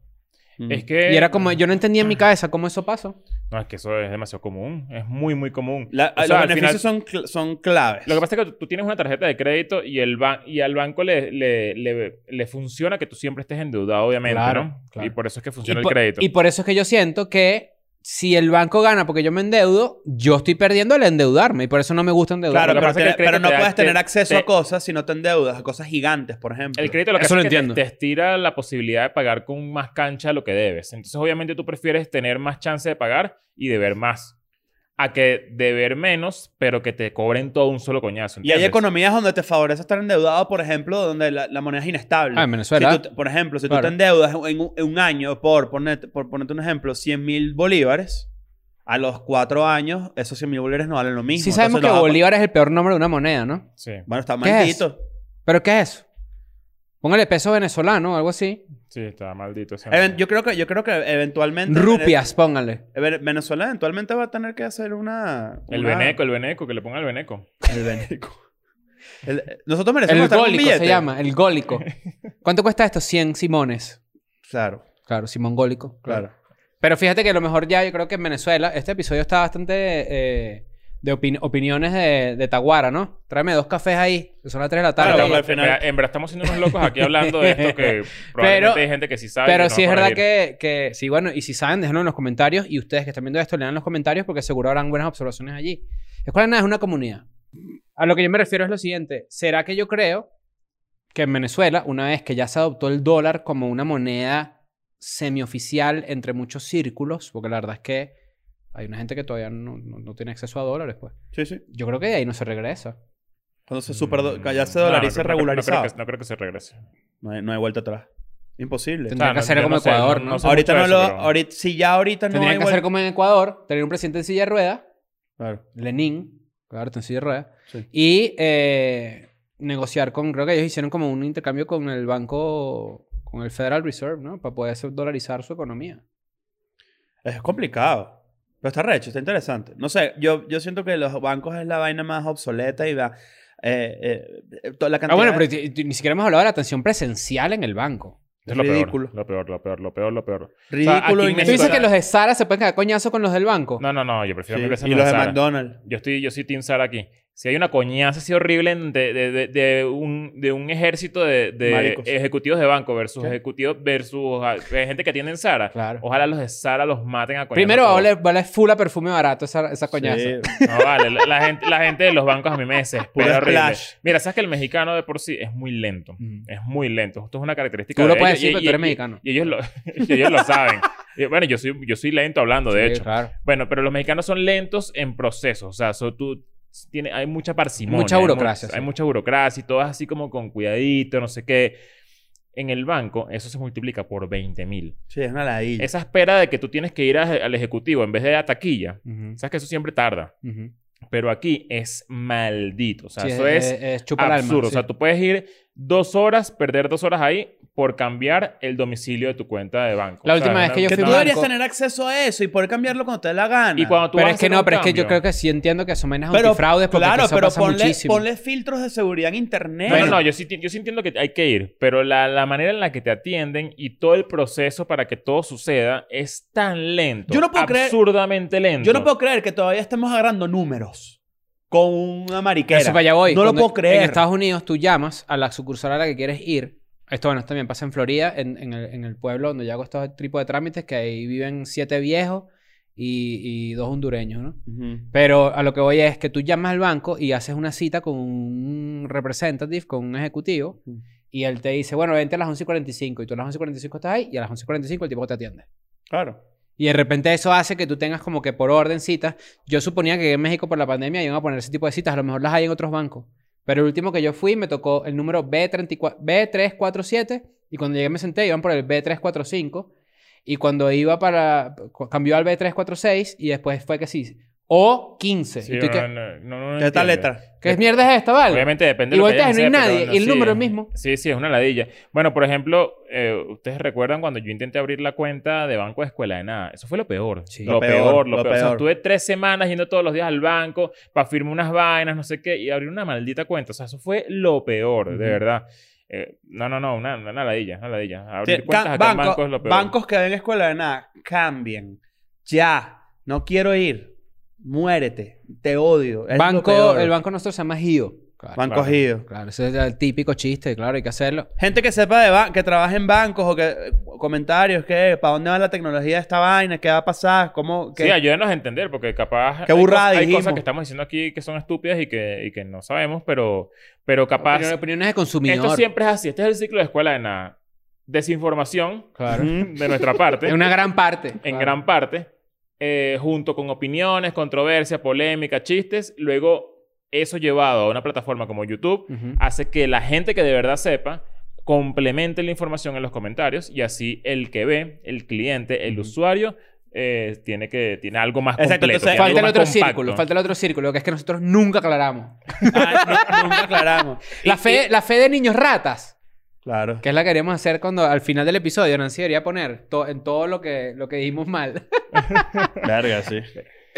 Es que...
Y era como, yo no entendía en mi cabeza cómo eso pasó.
No, es que eso es demasiado común. Es muy, muy común.
La-
O sea,
los
al
beneficios
final-
son, cl- son claves.
Lo que pasa es que tú- tú tienes una tarjeta de crédito y, el ba- y al banco le, le, le, le funciona que tú siempre estés endeudado, obviamente,
Claro,
¿no?
claro.
Y por eso es que funciona el
por,
crédito.
y por eso es que yo siento que si el banco gana porque yo me endeudo, yo estoy perdiendo el endeudarme y por eso no me gusta
Claro,
endeudarme.
Lo que
pero,
pasa es que el
tener- pero
crédito
no
te da-
puedes
te-
tener acceso
te-
a cosas si no te endeudas, a cosas gigantes, por ejemplo.
El crédito lo que
Eso
hace es
lo
que te-
entiendo.
Te, estira la posibilidad de pagar con más cancha lo que debes. Entonces, obviamente, tú prefieres tener más chance de pagar y deber más. A que deber menos, pero que te cobren todo un solo coñazo.
Y hay
¿entiendes?
economías donde te favorece estar endeudado, por ejemplo, donde la, la moneda es inestable.
Ah, en Venezuela.
Si tú te- por ejemplo, si
Claro.
tú te endeudas en un, en un año por, ponerte, por ponerte un ejemplo, 100 mil bolívares, a los cuatro años, esos 100 mil bolívares no valen lo mismo.
sí sabemos
Entonces,
que
lo vas a-
Bolívar es el peor nombre de una moneda, ¿no?
Sí,
Bueno, está
¿Qué es?
maldito.
¿Pero qué es eso? Póngale peso venezolano o algo así.
sí, está maldito. ese
Even-
nombre.
Yo creo que, yo creo que eventualmente...
Rupias, póngale.
Vene- Venezuela eventualmente va a tener que hacer una...
el
una-
veneco, el veneco, que le ponga el veneco.
El Beneco. El- nosotros merecemos
El
estar con un
gólico se
billete.
llama, el gólico. ¿Cuánto cuesta esto? 100 simones.
Claro,
Claro, simón gólico.
claro.
Pero fíjate que a lo mejor ya yo creo que en Venezuela, este episodio está bastante eh, de opin- opiniones de, de Taguara, ¿no? Tráeme dos cafés ahí, que son las 3 de la tarde.
Claro,
Estamos-
al
en
final-
verdad- En verdad estamos siendo unos locos aquí hablando de esto que probablemente hay gente que sí sabe. que
Pero
nos
sí
va
es
a
verdad
corregir.
que, que, sí, bueno, y si saben, déjenlo en los comentarios. Y ustedes que están viendo esto, lean los comentarios porque seguro habrán buenas observaciones allí. Escuela de Nada es una comunidad. A lo que yo me refiero es lo siguiente. ¿Será que yo creo que en Venezuela, una vez que ya se adoptó el dólar como una moneda semioficial entre muchos círculos, porque la verdad es que hay una gente que todavía no, no- no tiene acceso a dólares, pues.
Sí, sí.
Yo creo que de ahí no se regresa.
Cuando se super... ya se
Mm, No, no
dolariza
creo- no creo que-
regularizado.
No creo, que, no creo que se regrese.
No hay, no hay vuelta atrás. Imposible.
Tendría que hacer
yo
como
sé,
Ecuador, ¿no?
sé
Ahorita no
mucho de
lo...
eso, pero-
ahorita- si ya ahorita no
Tendrían
hay
que hacer
vuelta...
como en Ecuador, tener un presidente en silla de ruedas
Claro.
Lenin, claro, está en silla de ruedas,
Sí.
y eh, negociar con, creo que ellos hicieron como un intercambio con el banco, con el Federal Reserve, ¿no? Para poder hacer- dolarizar su economía. Ah,
Es complicado. Pero está recho, está interesante. No sé, yo, yo siento que los bancos es la vaina más obsoleta y va... eh, eh, eh, toda la
Ah,
cantidad
bueno,
de-
pero t- t- ni siquiera hemos hablado de la atención presencial en el banco.
es lo peor,
Ridículo.
lo peor, lo peor, lo peor, lo peor.
Ridículo
aquí
y
me-
¿Tú dices
Sara.
que los de Sara se pueden cagar coñazo con los del banco?
No, no, no, yo prefiero mil veces
y
los de
los de
Sara.
McDonald's.
Yo estoy, yo soy Team Sara aquí. Si hay una coñaza así horrible en- de, de- de- de un, de un ejército de, de
Maricos.
ejecutivos de banco versus
¿Qué?
ejecutivos versus ah, gente que tiene en Sara,
Claro.
ojalá los de Sara los maten a Oh, coñazo.
Primero va a
todos.
oler, va a oler full a perfume barato esa, esa coñaza.
Sí.
No, vale. La, la gente, la gente de los bancos a mí me
Puro
desespera horrible.
splash.
Mira, sabes que el mexicano de por sí es muy lento.
Mm.
Es muy lento. Esto es una característica
Tú lo
de
puedes
ellos
decir,
y-
pero
y-
tú eres
y-
mexicano.
Y ellos lo, y ellos lo saben. Y bueno, yo soy, yo soy lento hablando, de
Sí,
hecho.
Claro.
Bueno, pero los mexicanos son lentos en procesos. O sea, so- tú tiene, hay mucha parsimonia.
Mucha
hay mu-
burocracia,
Hay,
sí.
mucha burocracia y todo es así como con cuidadito, no sé qué. En el banco, eso se multiplica por 20 mil.
Sí, es una ladilla.
Esa espera de que tú tienes que ir a- al ejecutivo en vez de a taquilla.
Ujú,
Sabes que eso siempre tarda.
ujú.
Pero aquí es maldito. O sea,
Sí,
eso es,
chupa el alma,
absurdo. O
sí.
sea, tú puedes ir dos horas, perder dos horas ahí por cambiar el domicilio de tu cuenta de banco.
La
O sea,
última vez
una-
que yo
Que
fui
tú
blanco.
deberías tener acceso a eso y poder cambiarlo cuando te dé la gana.
Y cuando tú
pero
vas a
es que
hacer
no,
un
pero es que yo
cambio-
creo que sí entiendo que son menos antifraudes porque
claro,
eso
pero
pasa
ponle,
muchísimo.
ponle filtros de seguridad en internet.
No, no, no, yo sí, ti- yo sí entiendo que hay que ir, pero la, la manera en la que te atienden y todo el proceso para que todo suceda es tan lento.
Yo no puedo creer-
Absurdamente lento.
Yo no puedo creer que todavía estemos agarrando números con una mariquera.
Eso para allá voy.
No lo
Cuando
puedo creer.
En Estados Unidos tú llamas a la sucursal a la que quieres ir. Esto, bueno, esto también pasa en Florida, en, en el, en el pueblo donde yo hago estos tipos de trámites, que ahí viven siete viejos y, y dos hondureños, ¿no?
Ujú.
Pero a lo que voy es que tú llamas al banco y haces una cita con un representative, con un ejecutivo,
Ujú.
y él te dice, bueno, vente a las 11.45, y tú a las 11.45 estás ahí, y a las 11.45 el tipo te atiende.
Claro.
Y de repente eso hace que tú tengas como que por orden citas. Yo suponía que en México por la pandemia iban a poner ese tipo de citas. A lo mejor las hay en otros bancos. Pero el último que yo fui me tocó el número B34, B347 y cuando llegué me senté, iban por el B345 y cuando iba para... cu- cambió al B346 y después fue que sí, O15.
Sí,
y tú
no,
que,
no, no, no, no
¿Qué tal
entiendo.
letra?
¿Qué mierda es esta, vale?
Obviamente depende
Y
de lo que
volteas,
hayas
no hay
hecho, pero
nadie, y el
sí.
número es el mismo.
Sí, sí, es una ladilla. Bueno, por ejemplo, eh, ustedes recuerdan cuando yo intenté abrir la cuenta de banco de escuela de nada. Eso fue lo peor.
Sí.
Lo,
Lo
peor,
peor,
lo,
lo
peor. O sea,
peor.
estuve tres semanas yendo todos los días al banco para firmar unas vainas, no sé qué, y abrir una maldita cuenta. O sea, eso fue lo peor, de
Ujú.
verdad. Eh, no, no, no, una, una ladilla, una ladilla. Abrir
Sí,
cuentas
ca-
acá en
banco-
banco es lo peor.
Bancos que ven escuela de nada, cambien. Ya. No quiero ir. Muérete. Te odio. Es lo
banco,
peor.
el banco nuestro se llama GIO. Claro,
Banco
Claro.
Gio.
claro, ese es el típico chiste, claro, hay que hacerlo.
Gente que sepa de ba- que trabaja en bancos o que eh, comentarios, que para dónde va la tecnología de esta vaina, qué va a pasar, cómo que
Sí, ayúdenos a entender, porque capaz.
Qué
hay
burrada
cos- hay,
dijimos.
cosas que estamos diciendo aquí que son estúpidas y que, y que no sabemos, pero, pero capaz.
Opiniones- opiniones de consumidor.
Esto siempre es así. Este es el ciclo de escuela de nada. Desinformación
Claro.
Mm.
de nuestra parte,
En una gran parte.
en
claro.
gran parte, eh, junto con opiniones, controversia, polémica, chistes. Luego, eso llevado a una plataforma como YouTube
Ujú.
hace que la gente que de verdad sepa complemente la información en los comentarios y así el que ve, el cliente, el
Ujú.
usuario, eh, tiene, que, tiene algo más
Exacto,
completo.
entonces-
tiene algo
Falta el
más
otro
compacto.
círculo, falta el otro círculo, que es que nosotros nunca aclaramos.
Ah, nu- nunca aclaramos.
La fe, la fe de niños ratas,
Claro.
que es la que queríamos hacer cuando al final del episodio Nancy debería poner to- en todo lo que, lo que dijimos mal.
Verga, sí.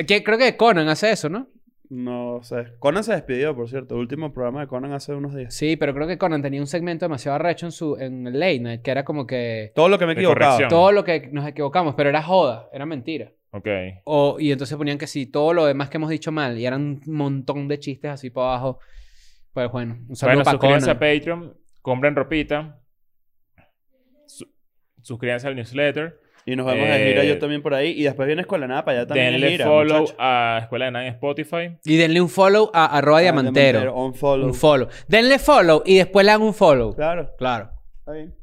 que creo que Conan hace eso, ¿no?
No sé. Conan se despidió, por cierto. Último programa de Conan hace unos días.
Sí, pero creo que Conan tenía un segmento demasiado arrecho en su en el Late Night, que era como que
Todo lo que me he
De
equivocado.
corrección.
todo lo que nos equivocamos, pero era joda, era mentira.
Ok.
O, y entonces ponían que sí, todo lo demás que hemos dicho mal, y eran un montón de chistes así para abajo. Pues bueno, un saludo
Bueno,
para
suscríbanse
Conan.
a Patreon, compren ropita, su- suscríbanse al newsletter,
Y nos vemos de gira
Eh,
yo también por ahí. Y después viene Escuela de Nada para allá también.
denle
de gira,
follow
muchachos.
a Escuela de Nada en Spotify.
Y denle un follow a arroba
Ah,
diamantero.
Un follow.
Un follow. Denle follow y después le dan un follow.
Claro.
Claro.
Está bien.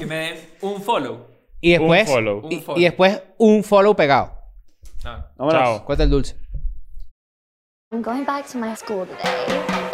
Que me den un follow.
Y después.
Un follow.
Y,
Un follow.
y después un follow pegado.
Ah.
Vámonos.
Chao.
Cuesta el dulce.
I'm going back to my school today.